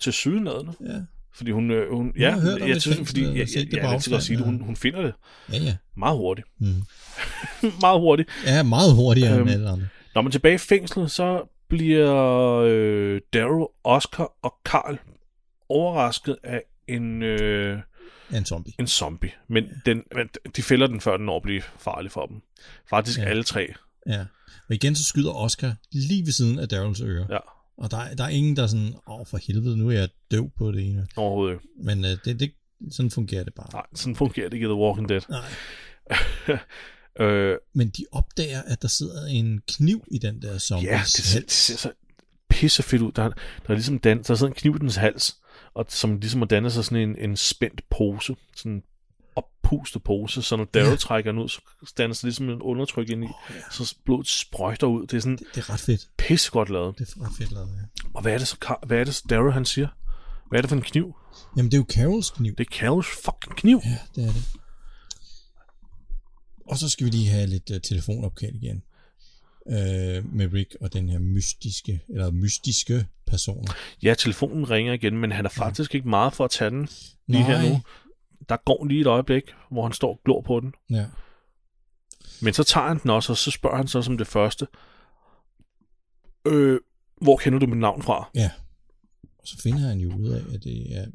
Speaker 1: Til sydenadende.
Speaker 2: Ja,
Speaker 1: Fordi hun, øh, hun ja,
Speaker 2: har hørt om
Speaker 1: jeg
Speaker 2: et
Speaker 1: synes,
Speaker 2: fængsel,
Speaker 1: fordi,
Speaker 2: og
Speaker 1: jeg, jeg,
Speaker 2: set
Speaker 1: jeg,
Speaker 2: det på
Speaker 1: jeg, jeg,
Speaker 2: afstand,
Speaker 1: sige det,
Speaker 2: og-
Speaker 1: hun, hun finder det
Speaker 2: ja, ja.
Speaker 1: meget hurtigt. <laughs>
Speaker 2: Mm.
Speaker 1: meget hurtigt.
Speaker 2: Ja, meget hurtigere øhm, end
Speaker 1: Øhm,
Speaker 2: alle andre.
Speaker 1: Når man tilbage i fængslet, så bliver øh, Daryl, Oscar og Carl overrasket af en, øh,
Speaker 2: Er en zombie.
Speaker 1: en zombie. Men, den, men de fælder den, før den når at blive farlig for dem. Faktisk
Speaker 2: Ja.
Speaker 1: ja. alle tre.
Speaker 2: Ja. Og igen så skyder Oscar lige ved siden af Daryls øre.
Speaker 1: Ja,
Speaker 2: Og der, er- der er ingen, der er sådan, åh for helvede, nu er jeg døv på det ene.
Speaker 1: overhovedet ikke.
Speaker 2: Men øh, det, det, sådan fungerer det bare.
Speaker 1: Nej, sådan fungerer det ikke i The Walking Dead.
Speaker 2: Nej.
Speaker 1: Øh,
Speaker 2: Men de opdager, at der sidder en kniv i den der zombies
Speaker 1: ja, det, ser- det
Speaker 2: hals.
Speaker 1: ser så pissefedt ud. Der, der er ligesom dan, der sidder en kniv i dens hals, og som ligesom har dannet sig sådan en, en spændt pose, sådan en oppustet pose, så når Daryl
Speaker 2: Ja.
Speaker 1: ja. trækker den ud, så danner sig ligesom en undertryk ind i,
Speaker 2: Åh, ja.
Speaker 1: så blodet sprøjter ud. Det er sådan
Speaker 2: det, det er ret fedt.
Speaker 1: pissegodt lavet.
Speaker 2: Det er ret fedt lavet, ja.
Speaker 1: Og hvad er det så, Kar- hvad er det så Daryl han siger? Hvad er det for en kniv?
Speaker 2: Jamen, det er jo Carols kniv.
Speaker 1: Det er Carlos fucking kniv.
Speaker 2: Ja, det er det. Og så skal vi lige have lidt uh, telefonopkald igen. Uh, med Rick og den her mystiske, eller mystiske person.
Speaker 1: Ja, telefonen ringer igen, men han er faktisk ikke meget for at tage den lige
Speaker 2: Nej.
Speaker 1: her nu. Der går lige et øjeblik, hvor han står og glor på den.
Speaker 2: Ja.
Speaker 1: Men så tager han den også, og så spørger han så som det første, øh, hvor kender du mit navn fra?
Speaker 2: ja. Og så finder han jo ud af, at det er...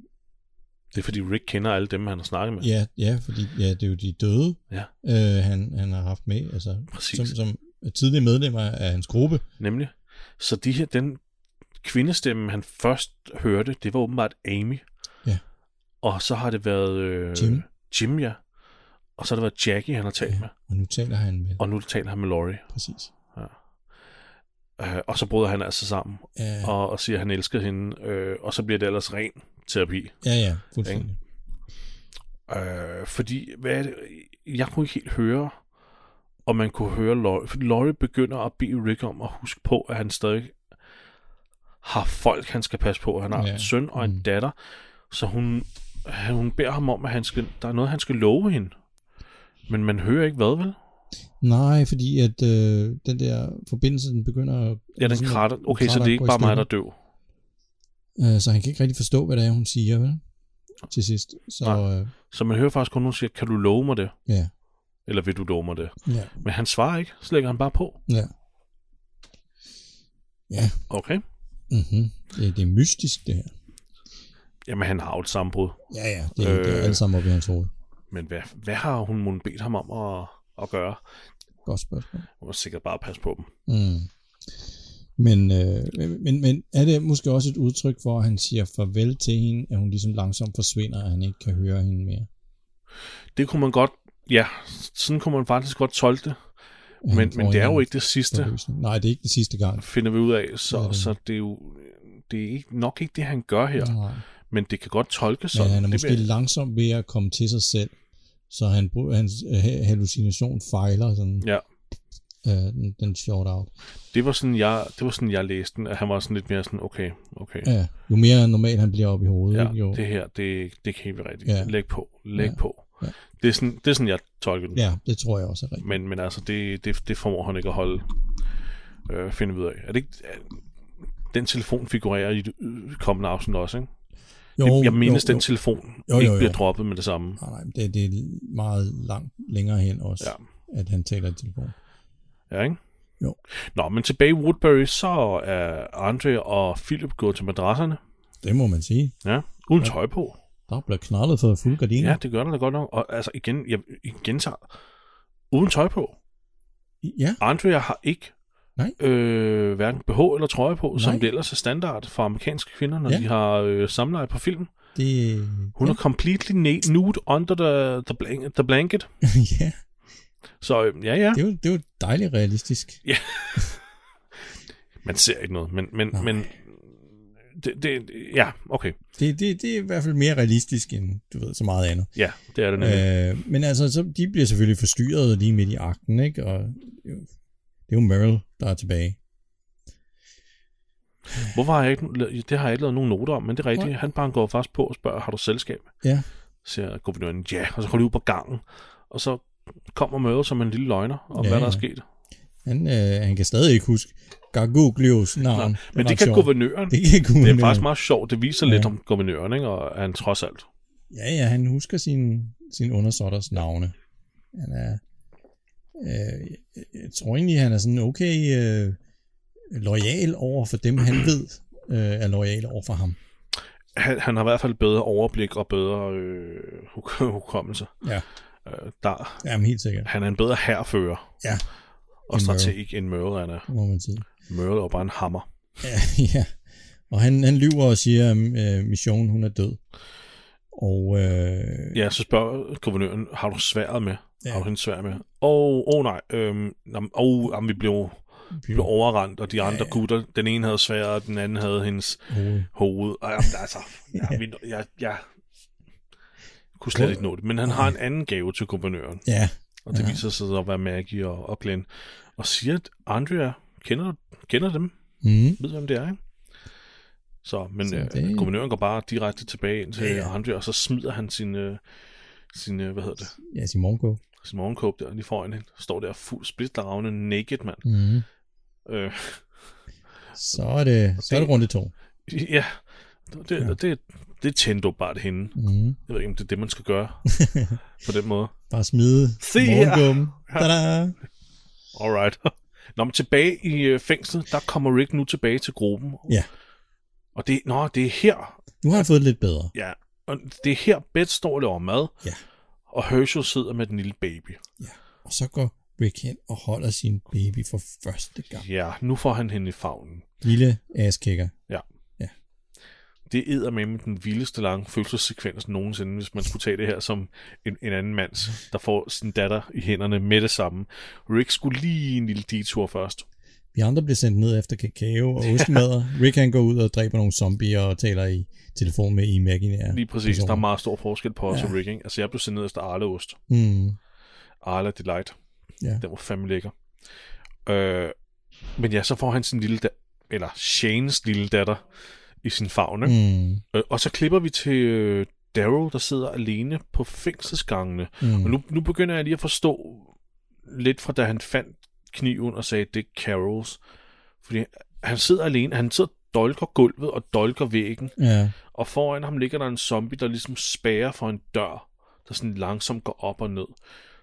Speaker 1: Det er fordi Rick kender alle dem, han har snakket med.
Speaker 2: Ja, ja fordi ja, det er jo de døde,
Speaker 1: Ja.
Speaker 2: uh, han, han har haft med. Altså,
Speaker 1: Præcis.
Speaker 2: som, som tidligere medlemmer af hans gruppe.
Speaker 1: Nemlig. Så de her, den kvindestemme, han først hørte, det var åbenbart Amy.
Speaker 2: Ja.
Speaker 1: Og så har det været... Øh,
Speaker 2: Jim.
Speaker 1: Jim, ja. Og så har det været Jackie, han har talt ja. med.
Speaker 2: Og nu taler han med.
Speaker 1: Og nu taler han med Laurie.
Speaker 2: Præcis.
Speaker 1: Øh, og så bryder han altså sammen
Speaker 2: Ja,
Speaker 1: ja. og, og siger, at han elsker hende. Øh, og så bliver det ellers ren terapi.
Speaker 2: ja, ja fuldstændig.
Speaker 1: Øh, fordi, hvad er det? Jeg kunne ikke helt høre, om man kunne høre Laurie. Fordi Laurie begynder at bede Rick om at huske på, at han stadig har folk, han skal passe på. Han har
Speaker 2: Ja.
Speaker 1: ja. en søn og en
Speaker 2: Mm.
Speaker 1: mm. datter. Så hun, han- hun beder ham om, at han skal, der er noget, han skal love hende. Men man hører ikke hvad, vel?
Speaker 2: Nej, fordi at øh, den der forbindelse, den begynder at...
Speaker 1: Ja, den
Speaker 2: sådan at-
Speaker 1: kratter.
Speaker 2: den
Speaker 1: Okay, så det er ikke
Speaker 2: går i
Speaker 1: bare mig, der er
Speaker 2: stykker.
Speaker 1: døv.
Speaker 2: Øh, så han kan ikke rigtig forstå, hvad det er, hun siger, vel? Til sidst. Så
Speaker 1: Nej.
Speaker 2: øh,
Speaker 1: Så man hører faktisk kun, hun siger, kan du love mig det?
Speaker 2: ja,
Speaker 1: Eller vil du love mig det?
Speaker 2: ja,
Speaker 1: Men han svarer ikke, så lægger han bare på.
Speaker 2: ja. Ja,
Speaker 1: Okay.
Speaker 2: mm-hmm. det, det er mystisk, det her.
Speaker 1: Jamen, han har jo et sammenbrud.
Speaker 2: Ja, ja, det, øh, det er
Speaker 1: Øh.
Speaker 2: alt sammen op i hans hoved.
Speaker 1: Men hvad, hvad har hun mon bedt ham om at, at gøre?
Speaker 2: Godt spørgsmål.
Speaker 1: Hun må sikkert bare passe på dem.
Speaker 2: Mm. Men, øh, men, men er det måske også et udtryk for, at han siger farvel til hende, at hun ligesom langsomt forsvinder, og han ikke kan høre hende mere?
Speaker 1: Det kunne man godt, ja, sådan kunne man faktisk godt tolke det.
Speaker 2: At han
Speaker 1: Men,
Speaker 2: får
Speaker 1: men det er jo
Speaker 2: en
Speaker 1: ikke det sidste,
Speaker 2: forløsning. Nej, det er ikke det sidste gang.
Speaker 1: finder vi ud af. Så,
Speaker 2: Ja, det er
Speaker 1: så det er jo det er ikke, nok ikke det, han gør her.
Speaker 2: Nej.
Speaker 1: Men det kan godt tolkes
Speaker 2: Men
Speaker 1: sådan.
Speaker 2: han er
Speaker 1: Det
Speaker 2: måske
Speaker 1: vil-
Speaker 2: vil... langsomt ved at komme til sig selv, så han, bry- hans øh, hallucination fejler sådan,
Speaker 1: Ja.
Speaker 2: øh, den, den short out.
Speaker 1: Det var, sådan, jeg, det var sådan, jeg læste den, at han var sådan lidt mere sådan, okay, okay.
Speaker 2: Ja, jo mere normalt han bliver op i hovedet,
Speaker 1: Ja,
Speaker 2: ikke, jo.
Speaker 1: det her, det, det kan vi rigtig
Speaker 2: Ja.
Speaker 1: ja. lægge på, læg
Speaker 2: Ja.
Speaker 1: ja. på.
Speaker 2: Ja.
Speaker 1: Ja. Det er sådan, det er sådan jeg tolker den.
Speaker 2: Ja, det tror jeg også er rigtigt.
Speaker 1: Men, men altså, det, det, det formår han ikke at holde øh, finde ud af. Er det ikke... Er, den telefon figurerer i det øh, kommende afsnit også, ikke? Jo, jeg mindes, den telefon jo, jo, ikke bliver droppet med det samme.
Speaker 2: Nej, nej, det, det er meget langt længere hen også,
Speaker 1: Ja.
Speaker 2: ja. at han taler i telefon.
Speaker 1: Ja, ikke?
Speaker 2: Jo.
Speaker 1: Nå, men tilbage i Woodbury, så er Andre og Philip gået til madrasserne.
Speaker 2: Det må man sige.
Speaker 1: Ja, uden ja. tøj på.
Speaker 2: Der bliver knaldet for fuld gardiner.
Speaker 1: Ja, det gør der da godt nok. Og altså igen, jeg jeg gentager, uden tøj på.
Speaker 2: ja.
Speaker 1: Andre har ikke
Speaker 2: Nej.
Speaker 1: Øh, hverken BH eller trøje på, Nej. som
Speaker 2: Nej.
Speaker 1: det ellers er standard for amerikanske kvinder, når ja.
Speaker 2: Ja.
Speaker 1: de har øh, samleje på film.
Speaker 2: det...
Speaker 1: Hun ja. er completely na- nude under the, the, blanket, the blanket.
Speaker 2: <laughs> ja,
Speaker 1: Så øh, ja, ja,
Speaker 2: det er, jo, det er jo dejligt realistisk.
Speaker 1: man ser ikke noget, men, men,
Speaker 2: Nej.
Speaker 1: men det, det, ja, okay.
Speaker 2: Det, det, det er i hvert fald mere realistisk end, du ved, så meget andet.
Speaker 1: Ja, det er det nemlig.
Speaker 2: Øh, men altså, så, de bliver selvfølgelig forstyrret lige midt i akten, ikke? Og det er jo- det er jo Merle, der er tilbage.
Speaker 1: Hvorfor har jeg ikke, la- det har jeg ikke lavet nogen noter om, men det er rigtigt.
Speaker 2: Nej.
Speaker 1: Han bare går faktisk på og spørger, har du selskab?
Speaker 2: Ja.
Speaker 1: Så siger guvernøren, ja, og så går de ud på gangen, og så kommer Møde som en lille løgner om, ja,
Speaker 2: Ja,
Speaker 1: hvad der er
Speaker 2: ja.
Speaker 1: sket.
Speaker 2: Han, øh, han kan stadig ikke huske Gargoglios navn.
Speaker 1: Nå,
Speaker 2: er
Speaker 1: men det
Speaker 2: ret
Speaker 1: kan
Speaker 2: sjovt.
Speaker 1: guvernøren.
Speaker 2: Det kan
Speaker 1: Det
Speaker 2: guvernøren.
Speaker 1: er faktisk meget sjovt. Det viser ja. lidt
Speaker 2: Ja.
Speaker 1: om guvernøren, ikke? og han trods alt.
Speaker 2: Ja, ja, han husker sine sin undersåtters navne. Han er... Øh, jeg, jeg tror egentlig, han er sådan okay øh, lojal over for dem, han ved øh, er lojal over for ham.
Speaker 1: Han, han har i hvert fald bedre overblik og bedre øh, huk- hukommelse.
Speaker 2: Ja.
Speaker 1: Øh, der,
Speaker 2: Jamen, helt sikkert,
Speaker 1: han er en bedre herfører
Speaker 2: Ja.
Speaker 1: og
Speaker 2: End Møde.
Speaker 1: strateg end Møde han er.
Speaker 2: det må man sige.
Speaker 1: Møde er jo bare en hammer.
Speaker 2: Ja, <laughs> ja. Og han, han lyver og siger, at øh, Mission, hun er død. Og øh,
Speaker 1: Ja, så spørger guvernøren, har du sværet med? Ja.
Speaker 2: Ja.
Speaker 1: Har du hendes svær med? Åh, oh, oh, nej. Øhm, jamen, oh, jamen, vi blev, vi blev overrendt, og de andre ja, ja. gutter, den ene havde sværet, og den anden havde hendes
Speaker 2: hoved.
Speaker 1: hoved. Og jamen, <laughs> altså, jeg, jeg, jeg, jeg kunne slet ikke nå det. Men han har en anden gave til guvernøren,
Speaker 2: Ja,
Speaker 1: og det ja. viser sig så at være Maggie og, og Glenn. Og siger, at Andrea kender, kender dem,
Speaker 2: mm,
Speaker 1: ved hvem det er, ikke? Så, men
Speaker 2: Så
Speaker 1: så det... øh,
Speaker 2: det-
Speaker 1: guvernøren går bare direkte tilbage ind til
Speaker 2: Ja,
Speaker 1: ja,
Speaker 2: ja.
Speaker 1: Andrea, og så smider han sin, øh, sin øh, hvad hedder det,
Speaker 2: ja Simon K.
Speaker 1: sin morgenkåb der lige foran hende, står der fuld splitteravne naked, mand.
Speaker 2: Mm.
Speaker 1: Øh, <laughs>
Speaker 2: Så er det, så er det runde to.
Speaker 1: ja, det, det, ja. det, det tændte åbenbart hende.
Speaker 2: Mm.
Speaker 1: Jeg ved ikke, om det er det, man skal <laughs> gøre på den måde.
Speaker 2: Bare smide
Speaker 1: Se her. <laughs>
Speaker 2: morgengummen. Tada!
Speaker 1: Alright. <laughs> Nå, men tilbage i øh, fængslet, der kommer Rick nu tilbage til gruppen.
Speaker 2: Ja.
Speaker 1: Og det, nå, det er her,
Speaker 2: Nu har jeg fået det lidt bedre.
Speaker 1: ja, og det er her, Bed står og laver mad,
Speaker 2: Ja.
Speaker 1: og Herschel sidder med den lille baby.
Speaker 2: Og så går Rick hen og holder sin baby for første gang.
Speaker 1: Ja, nu får han hende i favnen.
Speaker 2: Lille askækker.
Speaker 1: Det æder med den vildeste lange fødselssekvens nogensinde, hvis man skulle tage det her som en, en anden mands, der får sin datter i hænderne med det samme. Rick skulle lige en lille detur først.
Speaker 2: Vi andre bliver sendt ned efter kakao og
Speaker 1: <laughs>
Speaker 2: ostemader. Rick han går ud og dræber nogle zombier og taler i telefon med imaginære.
Speaker 1: Lige præcis,
Speaker 2: personer.
Speaker 1: der er meget stor forskel på os ja. og Rick, ikke? Altså, jeg blev sendt ned efter Arleost.
Speaker 2: Mm.
Speaker 1: Arla Delight.
Speaker 2: Ja.
Speaker 1: Den var fandme lækker. Øh, men ja, så får han sin lille da- eller Shanes lille datter i sin favn. Mm.
Speaker 2: Mm.
Speaker 1: Øh, og så klipper vi til øh, Daryl, der sidder alene på fængselsgangene.
Speaker 2: Mm.
Speaker 1: Og nu, nu begynder jeg lige at forstå lidt fra da han fandt kniven og sagde, det er Carols. Fordi han sidder alene, han sidder og dolker gulvet og dolker væggen,
Speaker 2: Ja.
Speaker 1: og foran ham ligger der en zombie, der ligesom spærer for en dør, der sådan langsomt går op og ned.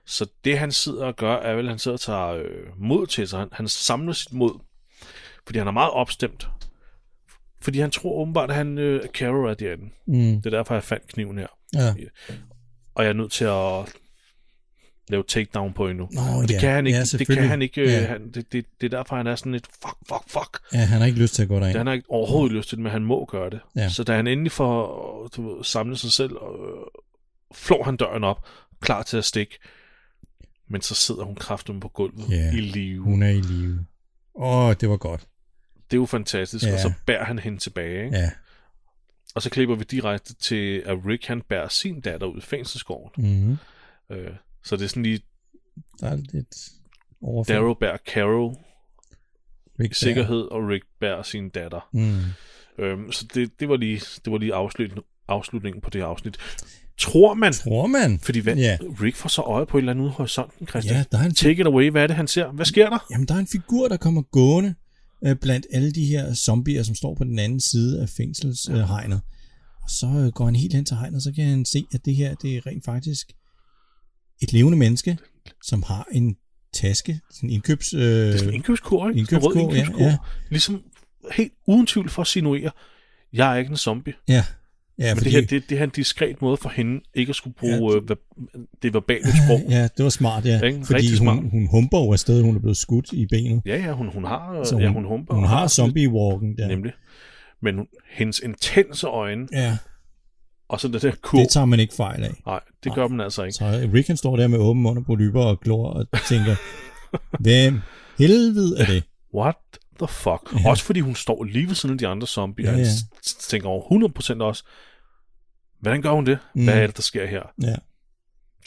Speaker 1: Så det han sidder og gør, er vel, at han sidder og tager øh, mod til sig. Han, han samler sit mod, fordi han er meget opstemt. Fordi han tror åbenbart, at han øh, at Carol er derinde.
Speaker 2: Mm.
Speaker 1: Det er derfor, jeg fandt kniven her.
Speaker 2: Ja.
Speaker 1: Og jeg er nødt til at lave takedown på endnu.
Speaker 2: Nå,
Speaker 1: og det
Speaker 2: ja.
Speaker 1: kan han ikke.
Speaker 2: Ja,
Speaker 1: det kan
Speaker 2: selvfølgelig.
Speaker 1: han ikke. Øh,
Speaker 2: Ja.
Speaker 1: han, det, det, det er derfor, han er sådan lidt fuck, fuck, fuck.
Speaker 2: ja, han har ikke lyst til at gå derind.
Speaker 1: Det, han har ikke overhovedet lyst til det, men han må gøre det.
Speaker 2: Ja.
Speaker 1: Så da han endelig får du ved, samlet sig selv, og, øh, flår han døren op, klar til at stikke. Men så sidder hun kraften på gulvet
Speaker 2: Ja.
Speaker 1: i live.
Speaker 2: Hun er i live. Åh, det var godt.
Speaker 1: Det er jo fantastisk.
Speaker 2: Ja.
Speaker 1: Og så bærer han hende tilbage. Ikke?
Speaker 2: Ja.
Speaker 1: Og så klipper vi direkte til, at Rick han bærer sin datter ud i fængselsgården.
Speaker 2: Mm.
Speaker 1: Øh, så det er sådan lige,
Speaker 2: Der er lidt overfor.
Speaker 1: Daryl bærer Carol i
Speaker 2: Rick Bær.
Speaker 1: sikkerhed, og Rick bærer sin datter.
Speaker 2: Mm.
Speaker 1: Øhm, så det, det var lige, det var lige afslutningen, afslutningen på det her afsnit. Tror man.
Speaker 2: Tror man?
Speaker 1: Fordi hvad,
Speaker 2: Ja.
Speaker 1: Rick får så øje på et eller andet ude i horisonten, Christian.
Speaker 2: Ja, der er en
Speaker 1: Take it away. Hvad er det, han ser? Hvad sker der?
Speaker 2: Jamen, der er en figur, der kommer gående øh, blandt alle de her zombier, som står på den anden side af fængselshegnet. Og så øh, går han helt hen til hegnet, og så kan han se, at det her det er rent faktisk et levende menneske, som har en taske, sådan en indkøbs...
Speaker 1: Det er
Speaker 2: Øh,
Speaker 1: sådan en indkøbskur, ikke?
Speaker 2: indkøbskurv,
Speaker 1: Sådan en rød
Speaker 2: ja,
Speaker 1: indkøbskurv.
Speaker 2: ja.
Speaker 1: Ligesom helt uden tvivl for at sinuere, jeg er ikke en zombie.
Speaker 2: ja, ja,
Speaker 1: Men
Speaker 2: fordi,
Speaker 1: det her, det, det her er en diskret måde for hende ikke at skulle bruge ja, det, det verbale sprog. ja.
Speaker 2: ja, det var smart, ja.
Speaker 1: Ikke?
Speaker 2: Fordi
Speaker 1: Rigtig
Speaker 2: hun,
Speaker 1: smart.
Speaker 2: hun humper jo afsted, hun er blevet skudt i benet.
Speaker 1: Ja, ja, hun, hun har,
Speaker 2: Så
Speaker 1: hun, ja, hun humper.
Speaker 2: Hun har zombie-walken der.
Speaker 1: Nemlig. Men hun, hendes intense øjne,
Speaker 2: Ja,
Speaker 1: og så den der kur.
Speaker 2: det tager man ikke fejl af.
Speaker 1: Nej, det gør man altså ikke.
Speaker 2: Så Rick han står der med åben mund og polyper og glor og
Speaker 1: <laughs>
Speaker 2: tænker, hvem helvede er det?
Speaker 1: What the fuck? Ja. Også fordi hun står lige ved siden af de andre zombier,
Speaker 2: Ja,
Speaker 1: ja, ja.
Speaker 2: ja.
Speaker 1: tænker over 100% også, hvordan gør hun det? Hvad
Speaker 2: Mm.
Speaker 1: er det, der sker her?
Speaker 2: Ja,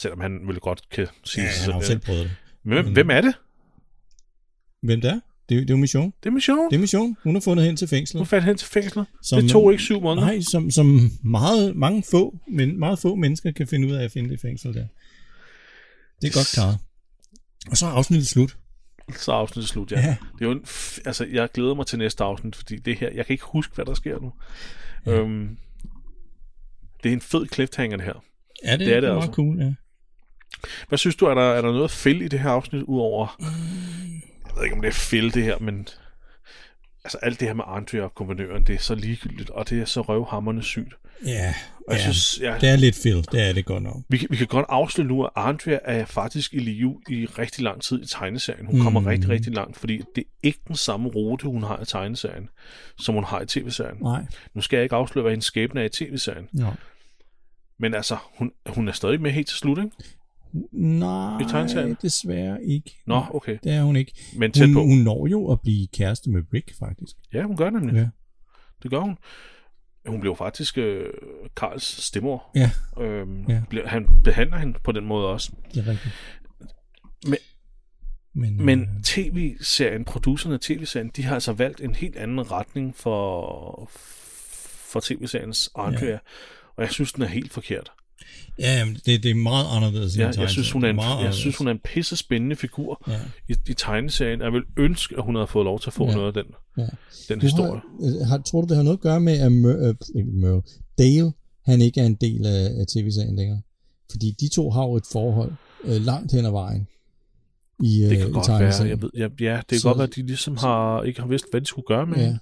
Speaker 1: Selvom han ville godt kan sige
Speaker 2: ja
Speaker 1: sig
Speaker 2: han har jo
Speaker 1: selv,
Speaker 2: selv prøvet det.
Speaker 1: Hvem, hvem er det?
Speaker 2: Hvem der? Det, er- det er jo Mission.
Speaker 1: Det er Michonne.
Speaker 2: Det er Mission. Hun er fundet hen til fængslet.
Speaker 1: Hun fandt hen til fængslet.
Speaker 2: Som-
Speaker 1: det tog ikke syv måneder.
Speaker 2: Nej, som, som meget, mange få, men meget få mennesker kan finde ud af at finde det fængsel der. Det er godt klaret. Og så er afsnittet slut.
Speaker 1: Så er afsnittet slut, ja.
Speaker 2: Ja.
Speaker 1: ja. Det er jo en f- altså, jeg glæder mig til næste afsnit, fordi det her, jeg kan ikke huske, hvad der sker nu. Ja. Øhm, det er en fed cliffhanger, det her.
Speaker 2: Ja, det,
Speaker 1: Det er
Speaker 2: er
Speaker 1: det
Speaker 2: meget
Speaker 1: altså.
Speaker 2: cool, ja.
Speaker 1: Hvad synes du, er der, er der noget fæld i det her afsnit, udover... Jeg ved ikke, om det er fæld, det her, men... Altså, alt det her med Andrea og komponøren, det er så ligegyldigt, og det er så røvhammerne sygt.
Speaker 2: Ja,
Speaker 1: Og jeg
Speaker 2: ja.
Speaker 1: synes, ja,
Speaker 2: det er lidt fedt. Det er det godt nok.
Speaker 1: vi, kan- vi kan godt afsløre nu, at Andrea er faktisk i live i rigtig lang tid i tegneserien. Hun mm. kommer rigtig, rigtig langt, fordi det er ikke den samme rute, hun har i tegneserien, som hun har i tv-serien.
Speaker 2: Nej.
Speaker 1: Nu skal jeg ikke afsløre, hvad hendes skæbne er i tv-serien,
Speaker 2: No.
Speaker 1: men altså, hun, hun er stadig med helt til slut, ikke? I
Speaker 2: Nej,
Speaker 1: tegneserien?
Speaker 2: desværre ikke.
Speaker 1: Nå, okay.
Speaker 2: Det er hun ikke.
Speaker 1: Men tæt
Speaker 2: hun,
Speaker 1: på.
Speaker 2: Hun når jo at blive kæreste med Rick, faktisk.
Speaker 1: Ja, hun gør nemlig.
Speaker 2: Ja.
Speaker 1: Det gør hun. Hun blev faktisk øh, Karls stemor.
Speaker 2: Ja,
Speaker 1: Øhm,
Speaker 2: Ja.
Speaker 1: ja. Bliver, han behandler hende på den måde også.
Speaker 2: det er rigtigt.
Speaker 1: Men-
Speaker 2: men, øh,
Speaker 1: Men tv-serien, producerne af tv-serien, de har altså valgt en helt anden retning for, for tv-seriens Andrea. Ja. Og jeg synes, den er helt forkert.
Speaker 2: Ja, men det, det er meget anderledes.
Speaker 1: Jeg, jeg, synes, hun er en,
Speaker 2: meget
Speaker 1: jeg synes, hun er en pisse spændende figur
Speaker 2: Ja.
Speaker 1: i, i tegneserien. Jeg vil ønske, at hun havde fået lov til at få
Speaker 2: Ja.
Speaker 1: ja. noget af den,
Speaker 2: Ja.
Speaker 1: den
Speaker 2: Du
Speaker 1: historie.
Speaker 2: har, øh, har, tror du, det har noget at gøre med, at Mer, øh, pff, ikke Merle, Dale, han ikke er en del af, af tv-serien længere? Fordi de to har jo et forhold øh, langt hen ad vejen i, øh,
Speaker 1: Det kan
Speaker 2: i
Speaker 1: godt være.
Speaker 2: tegneserien.
Speaker 1: Jeg ved, ja, ja, det kan
Speaker 2: Så-
Speaker 1: godt være, at de ligesom har, ikke har vidst, hvad de skulle gøre med
Speaker 2: Ja,
Speaker 1: hende.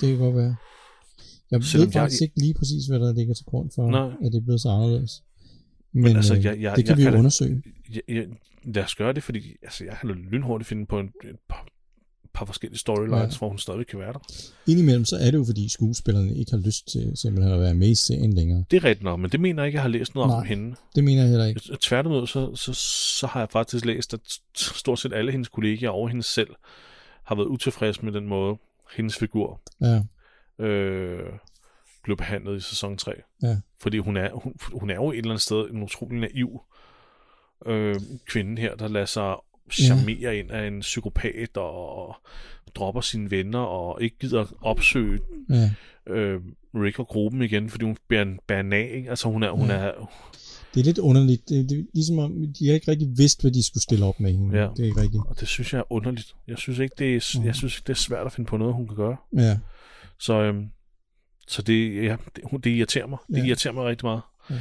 Speaker 2: det kan godt være. Jeg
Speaker 1: Selvom
Speaker 2: ved
Speaker 1: jeg-
Speaker 2: faktisk ikke lige præcis, hvad der ligger til grund for,
Speaker 1: Nej.
Speaker 2: at det er blevet så anderledes. Men, Men
Speaker 1: altså,
Speaker 2: altså, jeg,
Speaker 1: jeg-
Speaker 2: jeg,
Speaker 1: jeg-
Speaker 2: det kan
Speaker 1: jeg
Speaker 2: vi
Speaker 1: kan
Speaker 2: jo
Speaker 1: da-
Speaker 2: undersøge.
Speaker 1: Ja, ja, lad os gøre det, fordi altså, jeg kan lynhurtigt finde på en, et par, par forskellige storylines,
Speaker 2: Ja.
Speaker 1: ja. hvor hun stadig kan være der.
Speaker 2: Indimellem så er det jo, fordi skuespillerne ikke har lyst til simpelthen at være med i serien længere.
Speaker 1: Det er rigtigt nok, men det mener jeg ikke, jeg har læst noget Nej. om
Speaker 2: Nej.
Speaker 1: hende.
Speaker 2: Det mener jeg heller ikke.
Speaker 1: Tværtimod, så, så, så har jeg faktisk læst, at st- stort set alle hendes kollegaer og hende selv har været utilfredse med den måde, hendes figur
Speaker 2: Ja,
Speaker 1: øh, blev behandlet i sæson 3.
Speaker 2: Ja.
Speaker 1: Fordi hun er, hun, hun er jo et eller andet sted en utrolig naiv øh, kvinde her, der lader sig charmere
Speaker 2: Mhm.
Speaker 1: ja. ind af en psykopat og dropper sine venner og ikke gider at opsøge
Speaker 2: ja.
Speaker 1: øh, Rick og gruppen igen, fordi hun bliver en banag. ikke? Altså hun er, hun er,
Speaker 2: Det er lidt underligt. Det, det er ligesom om, de har ikke rigtig vidst, hvad de skulle stille op med hende.
Speaker 1: Ja.
Speaker 2: Det er ikke rigtigt.
Speaker 1: og det synes jeg er underligt. Jeg synes ikke, det er,
Speaker 2: Mhm.
Speaker 1: jeg synes, det er svært at finde på noget, hun kan gøre.
Speaker 2: Ja,
Speaker 1: Så, øhm, så det, ja, det, hun- det irriterer mig. Det
Speaker 2: Ja.
Speaker 1: ja. irriterer mig rigtig meget.
Speaker 2: Ja.
Speaker 1: Ja,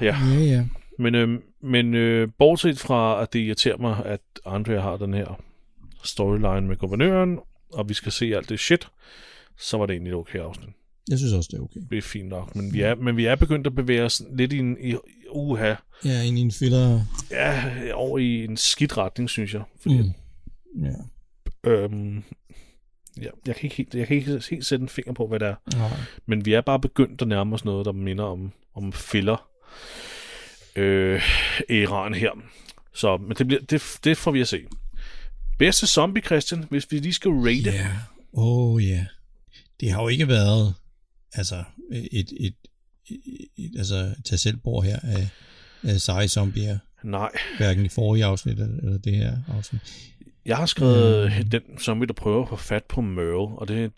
Speaker 1: ja.
Speaker 2: ja, ja.
Speaker 1: Men, øhm, men øh, bortset fra, at det irriterer mig, at Andrea har den her storyline med guvernøren, og vi skal se alt det shit, så var det egentlig et okay afsnit.
Speaker 2: Jeg synes også, det er okay.
Speaker 1: Det er fint nok, men vi er, men vi er begyndt at bevæge os lidt i en i, uha,
Speaker 2: Ja, ind i en filler.
Speaker 1: ja, over i en skidt retning, synes jeg. Fordi mm.
Speaker 2: Ja.
Speaker 1: Øhm, ja, jeg kan ikke, helt, jeg kan ikke helt sætte en finger på, hvad det er.
Speaker 2: Nej.
Speaker 1: Men vi er bare begyndt at nærme os noget, der minder om, om filler øh, æraen her. Så, men det, bliver, det, det får vi at se. Bedste zombie, Christian, hvis vi lige skal rate yeah.
Speaker 2: Ja. Åh, oh, ja. Det har jo ikke været altså et, et, et, et altså, tag selv bord her af, af seje zombier,
Speaker 1: Nej,
Speaker 2: hverken i forrige afsnit eller, eller det her afsnit.
Speaker 1: jeg har skrevet den zombie, der prøver at få fat på Merle, og det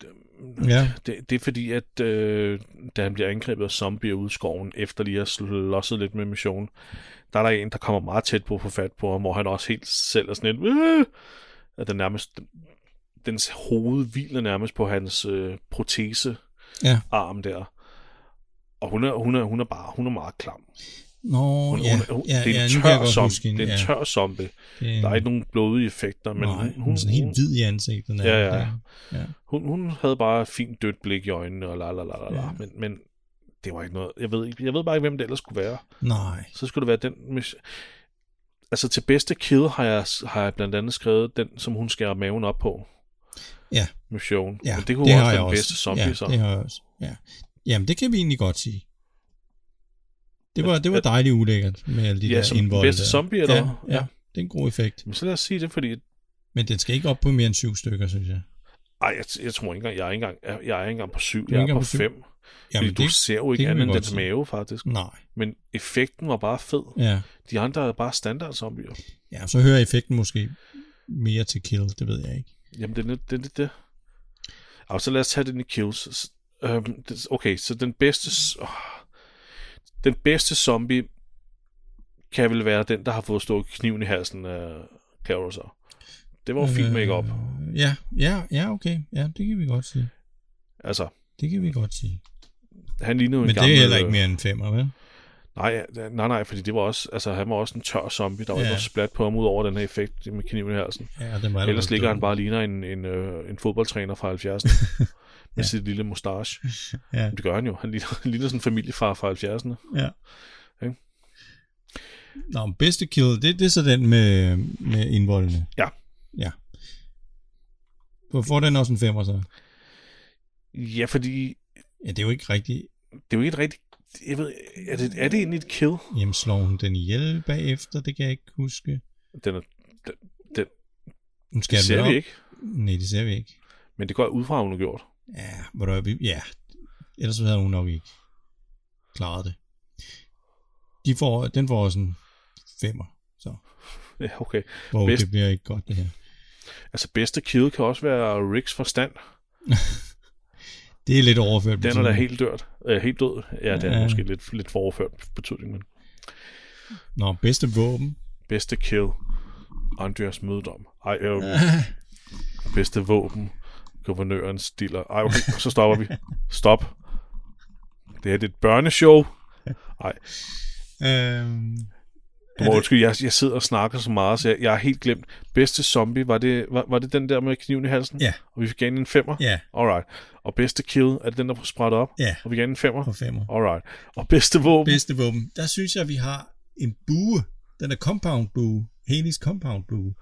Speaker 2: Ja.
Speaker 1: Det, det er fordi, at øh, da han bliver angrebet af zombier ude i skoven, efter lige at slåsset lidt med missionen, der er der en, der kommer meget tæt på at få fat på ham, hvor han også helt selv er sådan lidt, øh, at den nærmest, dens hoved hviler nærmest på hans øh, protese
Speaker 2: Ja.
Speaker 1: arm der. Og hun er, hun er, hun er bare, hun er meget klam.
Speaker 2: Nå,
Speaker 1: Hun,
Speaker 2: ja,
Speaker 1: hun, hun,
Speaker 2: ja,
Speaker 1: det er
Speaker 2: ja,
Speaker 1: en
Speaker 2: nu kan jeg
Speaker 1: tør
Speaker 2: godt
Speaker 1: zombie.
Speaker 2: huske hende,
Speaker 1: Det er en
Speaker 2: ja.
Speaker 1: tør zombie.
Speaker 2: Det
Speaker 1: Der er ikke nogen blodige effekter, men
Speaker 2: Nej,
Speaker 1: hun,
Speaker 2: hun er sådan helt hvid i ansigtet.
Speaker 1: Ja, ja. hun, hun havde bare et fint dødt blik i øjnene, og la la la la la,
Speaker 2: Ja.
Speaker 1: men, men det var ikke noget, jeg ved, ikke, jeg ved bare ikke, hvem det ellers skulle være.
Speaker 2: Nej.
Speaker 1: Så skulle det være den, mis- altså til bedste kill har jeg, har jeg blandt andet skrevet den, som hun skærer maven op på.
Speaker 2: Ja.
Speaker 1: Mission.
Speaker 2: Ja,
Speaker 1: men det kunne det
Speaker 2: har
Speaker 1: også
Speaker 2: jeg
Speaker 1: være den bedste zombie,
Speaker 2: ja,
Speaker 1: så.
Speaker 2: det har jeg også. Ja. Jamen, det kan vi egentlig godt sige. Det var, det var
Speaker 1: Ja.
Speaker 2: dejligt ulækkert med alle de
Speaker 1: Ja,
Speaker 2: der
Speaker 1: som den
Speaker 2: indvolde
Speaker 1: bedste
Speaker 2: der.
Speaker 1: zombie, eller
Speaker 2: ja,
Speaker 1: hvad?
Speaker 2: ja,
Speaker 1: Ja.
Speaker 2: det er en god effekt.
Speaker 1: Men så lad os sige det, fordi
Speaker 2: Men den skal ikke op på mere end syv stykker, synes jeg.
Speaker 1: ej, jeg, jeg tror ikke engang, jeg er ikke engang, jeg, jeg er ikke engang på syv,
Speaker 2: er
Speaker 1: jeg er på
Speaker 2: ikke engang på syv.
Speaker 1: fem. Fordi
Speaker 2: Jamen,
Speaker 1: du
Speaker 2: det,
Speaker 1: ser jo
Speaker 2: det
Speaker 1: ikke
Speaker 2: kan vi
Speaker 1: andet end
Speaker 2: godt
Speaker 1: dens
Speaker 2: sige.
Speaker 1: mave, faktisk.
Speaker 2: nej.
Speaker 1: Men effekten var bare fed.
Speaker 2: Ja.
Speaker 1: De andre er bare standard zombier.
Speaker 2: ja, så hører effekten måske mere til kill, det ved jeg ikke.
Speaker 1: Jamen, det er lidt det. Er lidt det. Og så lad os tage den i kills. S- Øhm, det- okay, så den bedste... s- åh. Den bedste zombie kan vel være den, der har fået stået kniven i halsen af Carol så. Det var jo fint make-up.
Speaker 2: Øh, Ja, ja, ja, okay. Ja, det kan vi godt sige.
Speaker 1: Altså,
Speaker 2: Det kan vi godt sige.
Speaker 1: han lignede jo en
Speaker 2: Men det
Speaker 1: gammel... øh,
Speaker 2: er heller ikke mere end femmer, vel?
Speaker 1: Nej, ja, nej, nej, fordi det var også... Altså, han var også en tør zombie, der var
Speaker 2: Ja.
Speaker 1: ikke noget splat på ham ud over den her effekt med kniven i halsen.
Speaker 2: Ja, den var
Speaker 1: Ellers
Speaker 2: allerede
Speaker 1: ligger han
Speaker 2: død.
Speaker 1: bare og ligner en, en, øh, en fodboldtræner fra 70'erne med sit lille mustache.
Speaker 2: <laughs> Ja,
Speaker 1: Men det gør han jo. Han ligner, han ligner sådan en familiefar fra 70'erne.
Speaker 2: ja.
Speaker 1: Ikke?
Speaker 2: Nå, men bedste kill, det, det er så den med, med indvoldene.
Speaker 1: Ja.
Speaker 2: Ja. For får den også en femmer så?
Speaker 1: Ja, fordi
Speaker 2: Ja, det er jo ikke rigtigt.
Speaker 1: det er jo ikke et rigtigt... Jeg ved, er det, er det egentlig et kill?
Speaker 2: Jamen, slår hun den ihjel bagefter? Det kan jeg ikke huske.
Speaker 1: Den er,
Speaker 2: Hun skal
Speaker 1: det
Speaker 2: vel
Speaker 1: ser
Speaker 2: op?
Speaker 1: vi ikke.
Speaker 2: Nej, det ser vi ikke.
Speaker 1: Men det går jeg ud fra, at hun har gjort.
Speaker 2: Ja, hvor der, vi- ja. ellers så havde hun nok ikke klaret det. De får, den får også en femmer, så.
Speaker 1: Ja, okay.
Speaker 2: Hvor
Speaker 1: Bedst-
Speaker 2: det bliver ikke godt, det her.
Speaker 1: Altså, bedste kill kan også være Ricks forstand.
Speaker 2: Det er lidt overført.
Speaker 1: Den er da
Speaker 2: betydning.
Speaker 1: helt dørt. Øh, helt død. Ja, det er
Speaker 2: Mm. Ja.
Speaker 1: måske lidt, lidt forført betydning, men
Speaker 2: Nå, bedste våben.
Speaker 1: bedste kill. Andreas møddom. Ej, øh, bedste våben. Guvernøren stiller. Ej, okay, så stopper vi. Stop. Det her det er et børneshow. Ej,
Speaker 2: Øhm,
Speaker 1: Du må undskylde, jeg, jeg sidder og snakker så meget, så jeg, jeg har helt glemt. Bedste zombie, var det, var, var det den der med kniven i halsen?
Speaker 2: Ja.
Speaker 1: Og vi fik gerne en femmer?
Speaker 2: ja,
Speaker 1: Alright. Og bedste kill, er det den, der får spræt op?
Speaker 2: ja,
Speaker 1: Og vi gerne en
Speaker 2: <laughs>
Speaker 1: femmer?
Speaker 2: på femmer.
Speaker 1: Alright. Og bedste våben?
Speaker 2: Bedste våben. Der synes jeg, vi har en bue. Den er compound bue. Helis compound bue.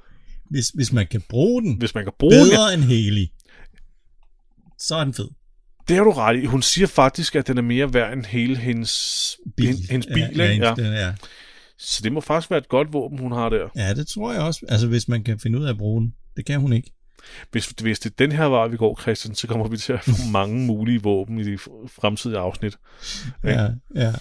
Speaker 2: Hvis, hvis man kan bruge den
Speaker 1: Hvis man kan bruge den.
Speaker 2: bedre end Heli, så er den fed.
Speaker 1: Det har du ret i. Hun siger faktisk, at den er mere værd end hele hendes bil. Hendes, hendes bil
Speaker 2: ja,
Speaker 1: ja,
Speaker 2: hendes,
Speaker 1: ja.
Speaker 2: Den er.
Speaker 1: Så det må faktisk være et godt våben, hun har der.
Speaker 2: ja, det tror jeg også. Altså, hvis man kan finde ud af at bruge den. Det kan hun ikke.
Speaker 1: Hvis, hvis det er den her vej, vi går, Christian, så kommer vi til
Speaker 2: <laughs>
Speaker 1: at få mange mulige våben i de f- fremtidige afsnit. Ja.
Speaker 2: Ja, ja.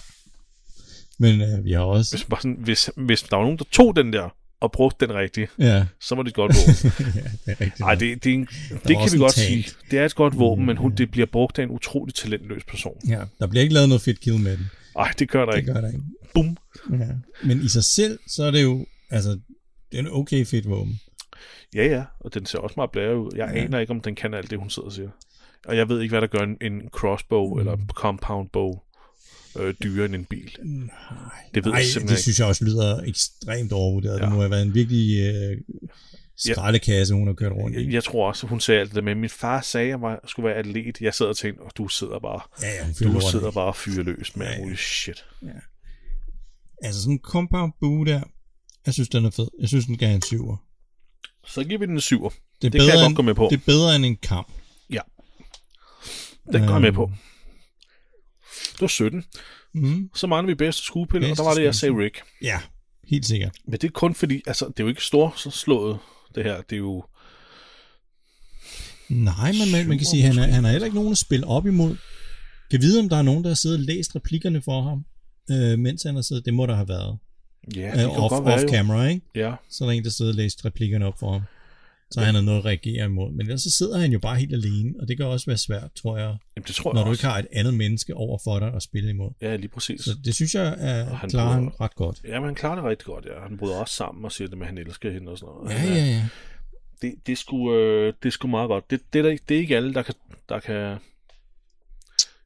Speaker 2: Men øh, vi har også...
Speaker 1: Hvis, bare sådan, hvis, hvis der var nogen, der tog den der og brugte den rigtige,
Speaker 2: Ja, <laughs>
Speaker 1: så var det et godt våben.
Speaker 2: ja <laughs> det er rigtigt.
Speaker 1: Nej,
Speaker 2: nok.
Speaker 1: det, det, er en, det kan
Speaker 2: også
Speaker 1: vi
Speaker 2: en
Speaker 1: godt
Speaker 2: tank. Mm.
Speaker 1: sige. Det er et godt våben, men hun, det bliver brugt af en utrolig talentløs person.
Speaker 2: Ja, der bliver ikke lavet noget fedt kill med den.
Speaker 1: Nej, det gør der
Speaker 2: Det
Speaker 1: ikke.
Speaker 2: gør der ikke.
Speaker 1: Bum.
Speaker 2: Ja. Men i sig selv, så er det jo, altså, det er en okay fedt våben.
Speaker 1: Ja, ja, og den ser også meget blære ud. Jeg aner ikke, om den kan alt det, hun sidder og siger. Og jeg ved ikke, hvad der gør en, en
Speaker 2: Mm.
Speaker 1: crossbow eller en compound bow øh, dyrere end en bil.
Speaker 2: Nej,
Speaker 1: Det ved jeg simpelthen
Speaker 2: det
Speaker 1: ikke.
Speaker 2: synes jeg også lyder ekstremt overvurderet. Ja.
Speaker 1: Ja.
Speaker 2: Det må have været en virkelig øh, skraldekasse, hun har kørt rundt i.
Speaker 1: Jeg, jeg tror også, hun sagde alt det der med, min far sagde, at jeg var, skulle være atlet. Jeg sad og tænkte, og du sidder bare,
Speaker 2: Ja, ja, hun
Speaker 1: du
Speaker 2: fylder
Speaker 1: sidder
Speaker 2: rundt.
Speaker 1: bare og fyrer løs med
Speaker 2: Ja,
Speaker 1: alt
Speaker 2: ja.
Speaker 1: muligt shit.
Speaker 2: Altså sådan en compound bue der, jeg synes, den er fed. Jeg synes, den kan have en syver.
Speaker 1: Så giver vi den en syver.
Speaker 2: Det er,
Speaker 1: Det kan jeg
Speaker 2: bedre
Speaker 1: godt
Speaker 2: end,
Speaker 1: gå med på.
Speaker 2: det er bedre end en kamp.
Speaker 1: Den går jeg med
Speaker 2: Øhm.
Speaker 1: på. Det var 17.
Speaker 2: Mm.
Speaker 1: Så mangler vi bedste skuespiller, og
Speaker 2: Bedste
Speaker 1: der var det, jeg sagde
Speaker 2: skuespiller.
Speaker 1: Rick.
Speaker 2: Ja, helt sikkert.
Speaker 1: Men det er kun fordi, altså, det er jo ikke storslået, det her. Det er jo,
Speaker 2: Nej, men man, man kan
Speaker 1: Syver
Speaker 2: sige, han er,
Speaker 1: måske.
Speaker 2: han er heller ikke nogen at spille op imod. Kan vide, om der er nogen, der har siddet og læst replikkerne for ham, øh, mens han har siddet. Det må der have været.
Speaker 1: ja,
Speaker 2: Ja,
Speaker 1: det kan
Speaker 2: Øh, off,
Speaker 1: godt være
Speaker 2: off
Speaker 1: jo.
Speaker 2: camera, ikke?
Speaker 1: Ja,
Speaker 2: Så er der en, der sidder og læser replikkerne op for ham. så han har noget at reagere imod. Men ellers så sidder han jo bare helt alene, og det kan også være svært, tror jeg,
Speaker 1: Jamen, det tror jeg
Speaker 2: når du
Speaker 1: også.
Speaker 2: ikke har et andet menneske over for dig at spille imod.
Speaker 1: Ja, lige præcis.
Speaker 2: Så det synes jeg
Speaker 1: Og
Speaker 2: er
Speaker 1: han
Speaker 2: klarer han
Speaker 1: bryder-
Speaker 2: ret godt.
Speaker 1: Ja, men han klarer det rigtig godt, ja. Han bryder også sammen og siger det med, at han elsker hende og sådan noget.
Speaker 2: Ja,
Speaker 1: Han er-
Speaker 2: ja, ja.
Speaker 1: Det, det, er sgu, øh, det er sgu meget godt. Det, det, er, der ikke- det er ikke alle, der kan, der kan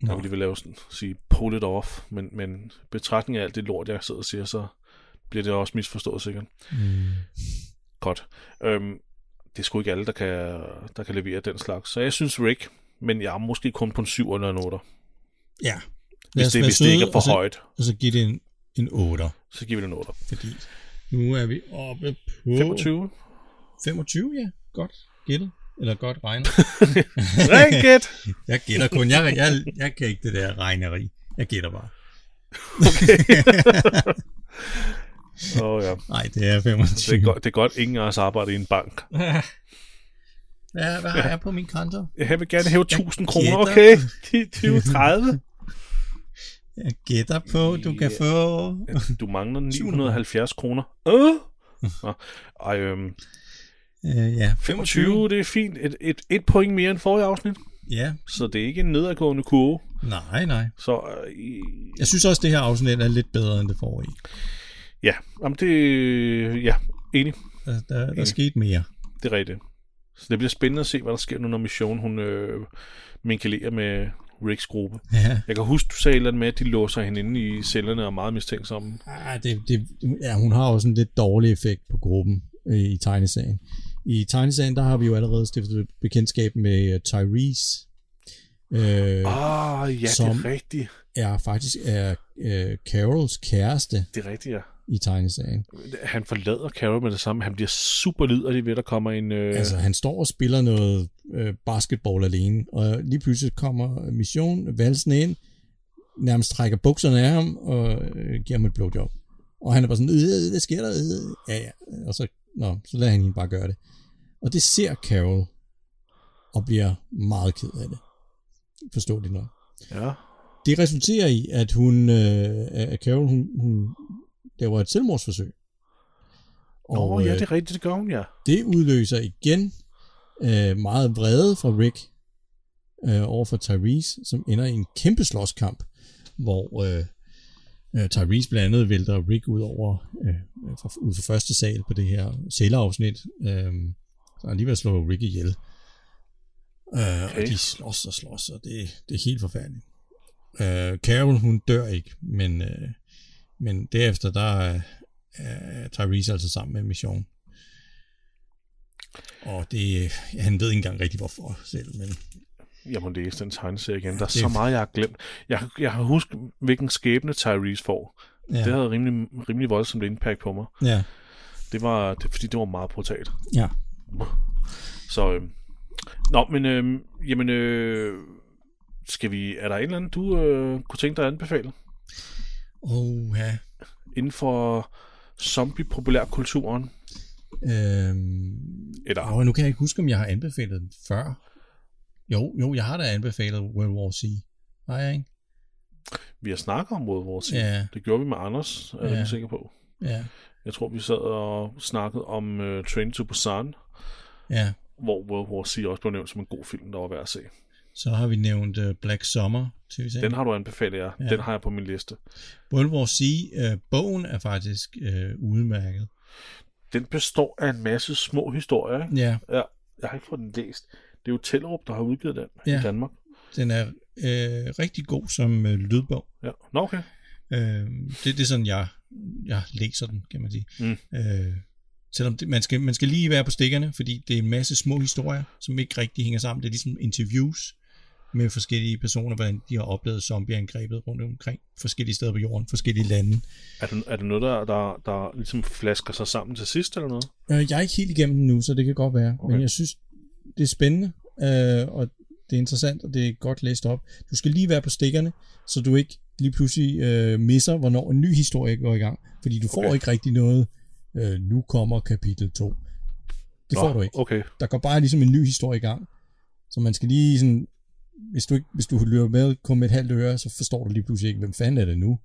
Speaker 2: Nå.
Speaker 1: der vil de vil lave sådan, sige, pull it off, men, men i betragtning af alt det lort, jeg sidder og siger, så bliver det også misforstået sikkert.
Speaker 2: Mm.
Speaker 1: Godt. Øhm, det er sgu ikke alle, der kan, der kan levere den slags. Så jeg synes Rick, men jeg er måske kun på en 7 eller en 8.
Speaker 2: Ja. Lad
Speaker 1: Hvis
Speaker 2: os
Speaker 1: det,
Speaker 2: være
Speaker 1: hvis det ikke
Speaker 2: søde,
Speaker 1: er for
Speaker 2: og så,
Speaker 1: højt,
Speaker 2: Og så giv det en, en 8,
Speaker 1: så giver vi det en 8.
Speaker 2: fordi nu er vi oppe på...
Speaker 1: 25.
Speaker 2: 25, ja. Godt gættet. Eller godt
Speaker 1: <laughs>
Speaker 2: regnet.
Speaker 1: Rick
Speaker 2: <laughs>
Speaker 1: it!
Speaker 2: Jeg gætter kun. Jeg, jeg, jeg kan ikke det der regneri. Jeg gætter bare.
Speaker 1: Åh oh, ja.
Speaker 2: Nej, det er 25.
Speaker 1: Det er, godt, det er godt, ingen af os arbejder i en bank.
Speaker 2: Ja, <laughs> hvad har jeg på min konto?
Speaker 1: Jeg vil gerne hæve
Speaker 2: Jeg
Speaker 1: 1000 kroner,
Speaker 2: gætter.
Speaker 1: okay? <laughs>
Speaker 2: <laughs>
Speaker 1: 20-30.
Speaker 2: Jeg gætter på, du kan
Speaker 1: Ja.
Speaker 2: få...
Speaker 1: Du mangler
Speaker 2: 700.
Speaker 1: 970 kroner. Øh? Nå. Ej, øhm,
Speaker 2: Øh, ja,
Speaker 1: 25, det er fint. Et, et, et point mere end forrige afsnit.
Speaker 2: Ja,
Speaker 1: Så det er ikke en nedadgående kurve.
Speaker 2: nej, nej.
Speaker 1: Så øh, i-
Speaker 2: Jeg synes også, det her afsnit er lidt bedre, end det forrige.
Speaker 1: Ja, jamen det... Ja, enig.
Speaker 2: Der, der, der
Speaker 1: Enig.
Speaker 2: skete mere.
Speaker 1: Det er rigtigt. Så det bliver spændende at se, hvad der sker nu, når Mission hun øh, minkelerer med Ricks gruppe.
Speaker 2: Ja.
Speaker 1: Jeg kan huske, du sagde et eller andet med, at de låser hende inde i cellerne og er meget mistænksomme.
Speaker 2: Ah, det, det, ja, hun har også en lidt dårlig effekt på gruppen øh, i tegneserien. I tegneserien, der har vi jo allerede stiftet bekendtskab med øh, Tyrese, øh, ah.
Speaker 1: Åh, oh, ja,
Speaker 2: Som-
Speaker 1: det er rigtigt.
Speaker 2: er faktisk er øh, Carols kæreste
Speaker 1: Det er rigtigt, ja.
Speaker 2: i tegneserien.
Speaker 1: Han forlader Carol med det samme. Han bliver super liderlig ved, at der kommer en... Øh,
Speaker 2: Altså,
Speaker 1: altså.
Speaker 2: han står og spiller noget øh, basketball alene, og lige pludselig kommer Mission valsende ind, nærmest trækker bukserne af ham, og øh, giver ham et blowjob. Og han er bare sådan, øh, hvad sker der? Øh, ja, ja. Og så, nå, så lader han hende bare gøre det. Og det ser Carol, og bliver meget ked af det. Forstår det nok.
Speaker 1: Ja.
Speaker 2: Det resulterer i, at hun, øh, at Carol, hun, hun laver et selvmordsforsøg.
Speaker 1: Nå, ja,
Speaker 2: øh,
Speaker 1: det er rigtigt, det gør hun, ja.
Speaker 2: det udløser igen øh, meget vrede fra Rick øh, over for Tyrese, som ender i en kæmpe slåskamp, hvor øh, øh, Tyrese blandt andet vælter Rick ud over øh, fra, ud fra første sal på det her celleafsnit. Øh, så han lige ved at slå Rick ihjel. Øh, okay.
Speaker 1: Okay.
Speaker 2: Og de slås og slås, og det, det er helt forfærdeligt. Øh, Carol, hun dør ikke, men, øh, men derefter, der er øh, Tyrese altså sammen med Mission. Og det, han ved ikke engang rigtig hvorfor selv, men
Speaker 1: Jeg må læse den tegneserie igen. Der er
Speaker 2: Det er-
Speaker 1: så meget, jeg har glemt. Jeg, jeg har husket, hvilken skæbne Tyrese får.
Speaker 2: Ja.
Speaker 1: Ja. Det havde rimelig, rimelig voldsomt impact på mig.
Speaker 2: ja.
Speaker 1: Det var, det, fordi det var meget brutalt.
Speaker 2: ja.
Speaker 1: Så, øh, nå, men, øh, jamen, øh, skal vi, er der en eller anden, du øh, kunne tænke dig at anbefale?
Speaker 2: Oh, ja.
Speaker 1: Inden for zombie-populærkulturen?
Speaker 2: Øhm,
Speaker 1: Eller,
Speaker 2: og nu kan jeg ikke huske, om jeg har anbefalet den før. Jo, jo, jeg har da anbefalet World War C. Har jeg ikke?
Speaker 1: vi har snakket om World War Z.
Speaker 2: Ja,
Speaker 1: Det gjorde vi med Anders, er jeg
Speaker 2: Ja.
Speaker 1: rimelig sikker på.
Speaker 2: ja,
Speaker 1: Jeg tror, vi sad og snakkede om øh, Train to Busan,
Speaker 2: ja.
Speaker 1: hvor World War Z også blev nævnt som en god film, der var værd at se.
Speaker 2: Så har vi nævnt uh, Black Summer,
Speaker 1: Den
Speaker 2: tv-serien.
Speaker 1: har du anbefalet jer.
Speaker 2: Ja.
Speaker 1: Den har jeg på min liste.
Speaker 2: World War C, uh, bogen er faktisk uh, udmærket.
Speaker 1: Den består af en masse små historier. Ikke?
Speaker 2: Ja,
Speaker 1: Jeg har ikke fået den læst. Det er jo Tellerup, der har udgivet den ja.
Speaker 2: Ja.
Speaker 1: i Danmark.
Speaker 2: den er uh, rigtig god som uh, lydbog.
Speaker 1: Ja. Nå, okay.
Speaker 2: Øh, det, det er sådan, jeg, jeg læser den, kan man sige.
Speaker 1: Mm.
Speaker 2: Øh, selvom det, man, skal, man skal lige være på stikkerne, fordi det er en masse små historier, som ikke rigtig hænger sammen. Det er ligesom interviews med forskellige personer, hvordan de har oplevet zombieangrebet rundt omkring, forskellige steder på jorden, forskellige lande.
Speaker 1: Er det, er det noget, der, der, der ligesom flasker sig sammen til sidst eller noget?
Speaker 2: Øh, jeg er ikke helt igennem den nu, så det kan godt være. Okay.
Speaker 1: Okay.
Speaker 2: Men jeg synes, det er spændende, øh, og det er interessant, og det er godt læst op. Du skal lige være på stikkerne, så du ikke lige pludselig øh, misser, hvornår en ny historie går i gang. Fordi du okay. får
Speaker 1: Okay.
Speaker 2: ikke rigtig noget, øh, nu kommer kapitel 2. Det Nå, får du ikke.
Speaker 1: Okay.
Speaker 2: Der går bare ligesom en ny historie i gang. Så man skal lige sådan, hvis du, ikke, hvis du løber med kun med et halvt øre, så forstår du lige pludselig ikke, hvem fanden er det nu.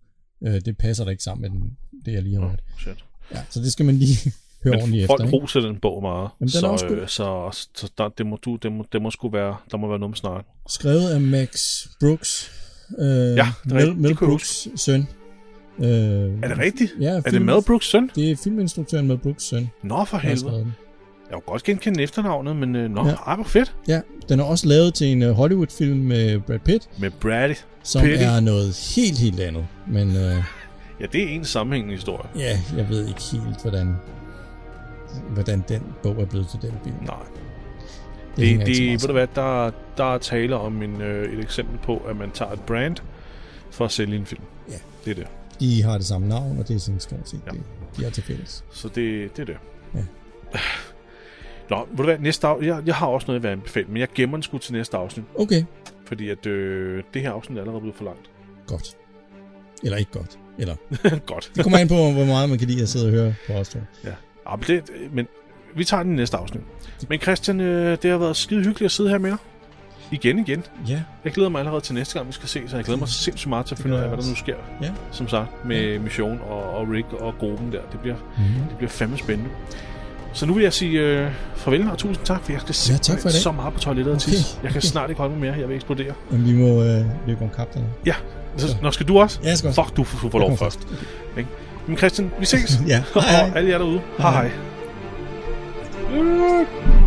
Speaker 2: Øh, det passer da ikke sammen med den, det, jeg lige har hørt.
Speaker 1: Shit.
Speaker 2: Ja, så det skal man lige <laughs> Hør
Speaker 1: Men
Speaker 2: ordentligt
Speaker 1: folk
Speaker 2: efter, ikke?
Speaker 1: roser den bog meget.
Speaker 2: Jamen, den er
Speaker 1: så,
Speaker 2: også god.
Speaker 1: øh, så, så, der, det må du, det må, det må sgu være, der må være noget med
Speaker 2: Mm.
Speaker 1: snakken.
Speaker 2: Skrevet af Max Brooks. Øh, ja,
Speaker 1: rigtigt. Det
Speaker 2: Mel,
Speaker 1: kunne jeg
Speaker 2: Mel Brooks søn. Øh,
Speaker 1: Er det rigtigt?
Speaker 2: Ja,
Speaker 1: Er det Mel Brooks søn?
Speaker 2: Det er filminstruktøren Mel Brooks søn,
Speaker 1: Nå for
Speaker 2: der har
Speaker 1: helvede.
Speaker 2: skrevet den.
Speaker 1: Jeg kunne godt genkende efternavnet, men øh, nå,
Speaker 2: Ja.
Speaker 1: ja. ej, hvor fedt.
Speaker 2: Ja, den er også lavet til en øh, Hollywood-film med Brad Pitt,
Speaker 1: Med Brady.
Speaker 2: som
Speaker 1: Pitty.
Speaker 2: er noget helt, helt andet. Men øh,
Speaker 1: Ja, det er en sammenhængende historie.
Speaker 2: ja, jeg ved ikke helt, hvordan, hvordan den bog er blevet til den film.
Speaker 1: Nej,
Speaker 2: Det,
Speaker 1: det,
Speaker 2: hænger
Speaker 1: det,
Speaker 2: ikke så
Speaker 1: det
Speaker 2: meget
Speaker 1: ved du hvad, der, der er tale om en, øh, et eksempel på, at man tager et brand for at sælge en film.
Speaker 2: Ja.
Speaker 1: Det er det.
Speaker 2: sammen. De har det samme navn, og det er sådan stort set
Speaker 1: Ja.
Speaker 2: det, de har til fælles.
Speaker 1: Så det, det er det.
Speaker 2: Ja.
Speaker 1: <sighs> Nå, ved du hvad, næste af, jeg, jeg har også noget, jeg vil anbefale, men jeg gemmer den sgu til næste afsnit,
Speaker 2: Okay,
Speaker 1: fordi at, øh, det her afsnit er allerede blevet for langt. <laughs>
Speaker 2: godt. Eller ikke godt. Eller,
Speaker 1: Godt.
Speaker 2: det
Speaker 1: <laughs>
Speaker 2: kommer an på, hvor meget man kan lide at sidde og høre på os to.
Speaker 1: Ja. Ja, men, det, men vi tager den i næste afsnit. Men Christian, øh, det har været skide hyggeligt at sidde her med dig. Igen, igen.
Speaker 2: Ja,
Speaker 1: Jeg glæder mig allerede til næste gang, vi skal se, så jeg glæder mig sindssygt meget til at finde ud
Speaker 2: gør
Speaker 1: af,
Speaker 2: jeg
Speaker 1: hvad der nu
Speaker 2: også.
Speaker 1: sker.
Speaker 2: Ja.
Speaker 1: Som sagt, med Mission og, og Rick og gruppen der. Det bliver,
Speaker 2: Mhm.
Speaker 1: mm-hmm. det bliver fandme spændende. Så nu vil jeg sige øh, farvel og tusind tak, for jeg skal
Speaker 2: Ja, tak for i dag.
Speaker 1: så meget på toilettet og
Speaker 2: Okay.
Speaker 1: tisse. Jeg kan snart ikke holde mig mere, jeg vil eksplodere.
Speaker 2: men vi må øh, løbe om kap dernede.
Speaker 1: Ja, så, nå skal du også?
Speaker 2: Ja, jeg skal også.
Speaker 1: Fuck, du, får- du får
Speaker 2: Jeg
Speaker 1: lov
Speaker 2: kommer
Speaker 1: først. Ikke?
Speaker 2: <laughs>
Speaker 1: Men Christian, vi ses.
Speaker 2: Ja,
Speaker 1: og
Speaker 2: hej, hej.
Speaker 1: alle jer derude. Hej hej. hej.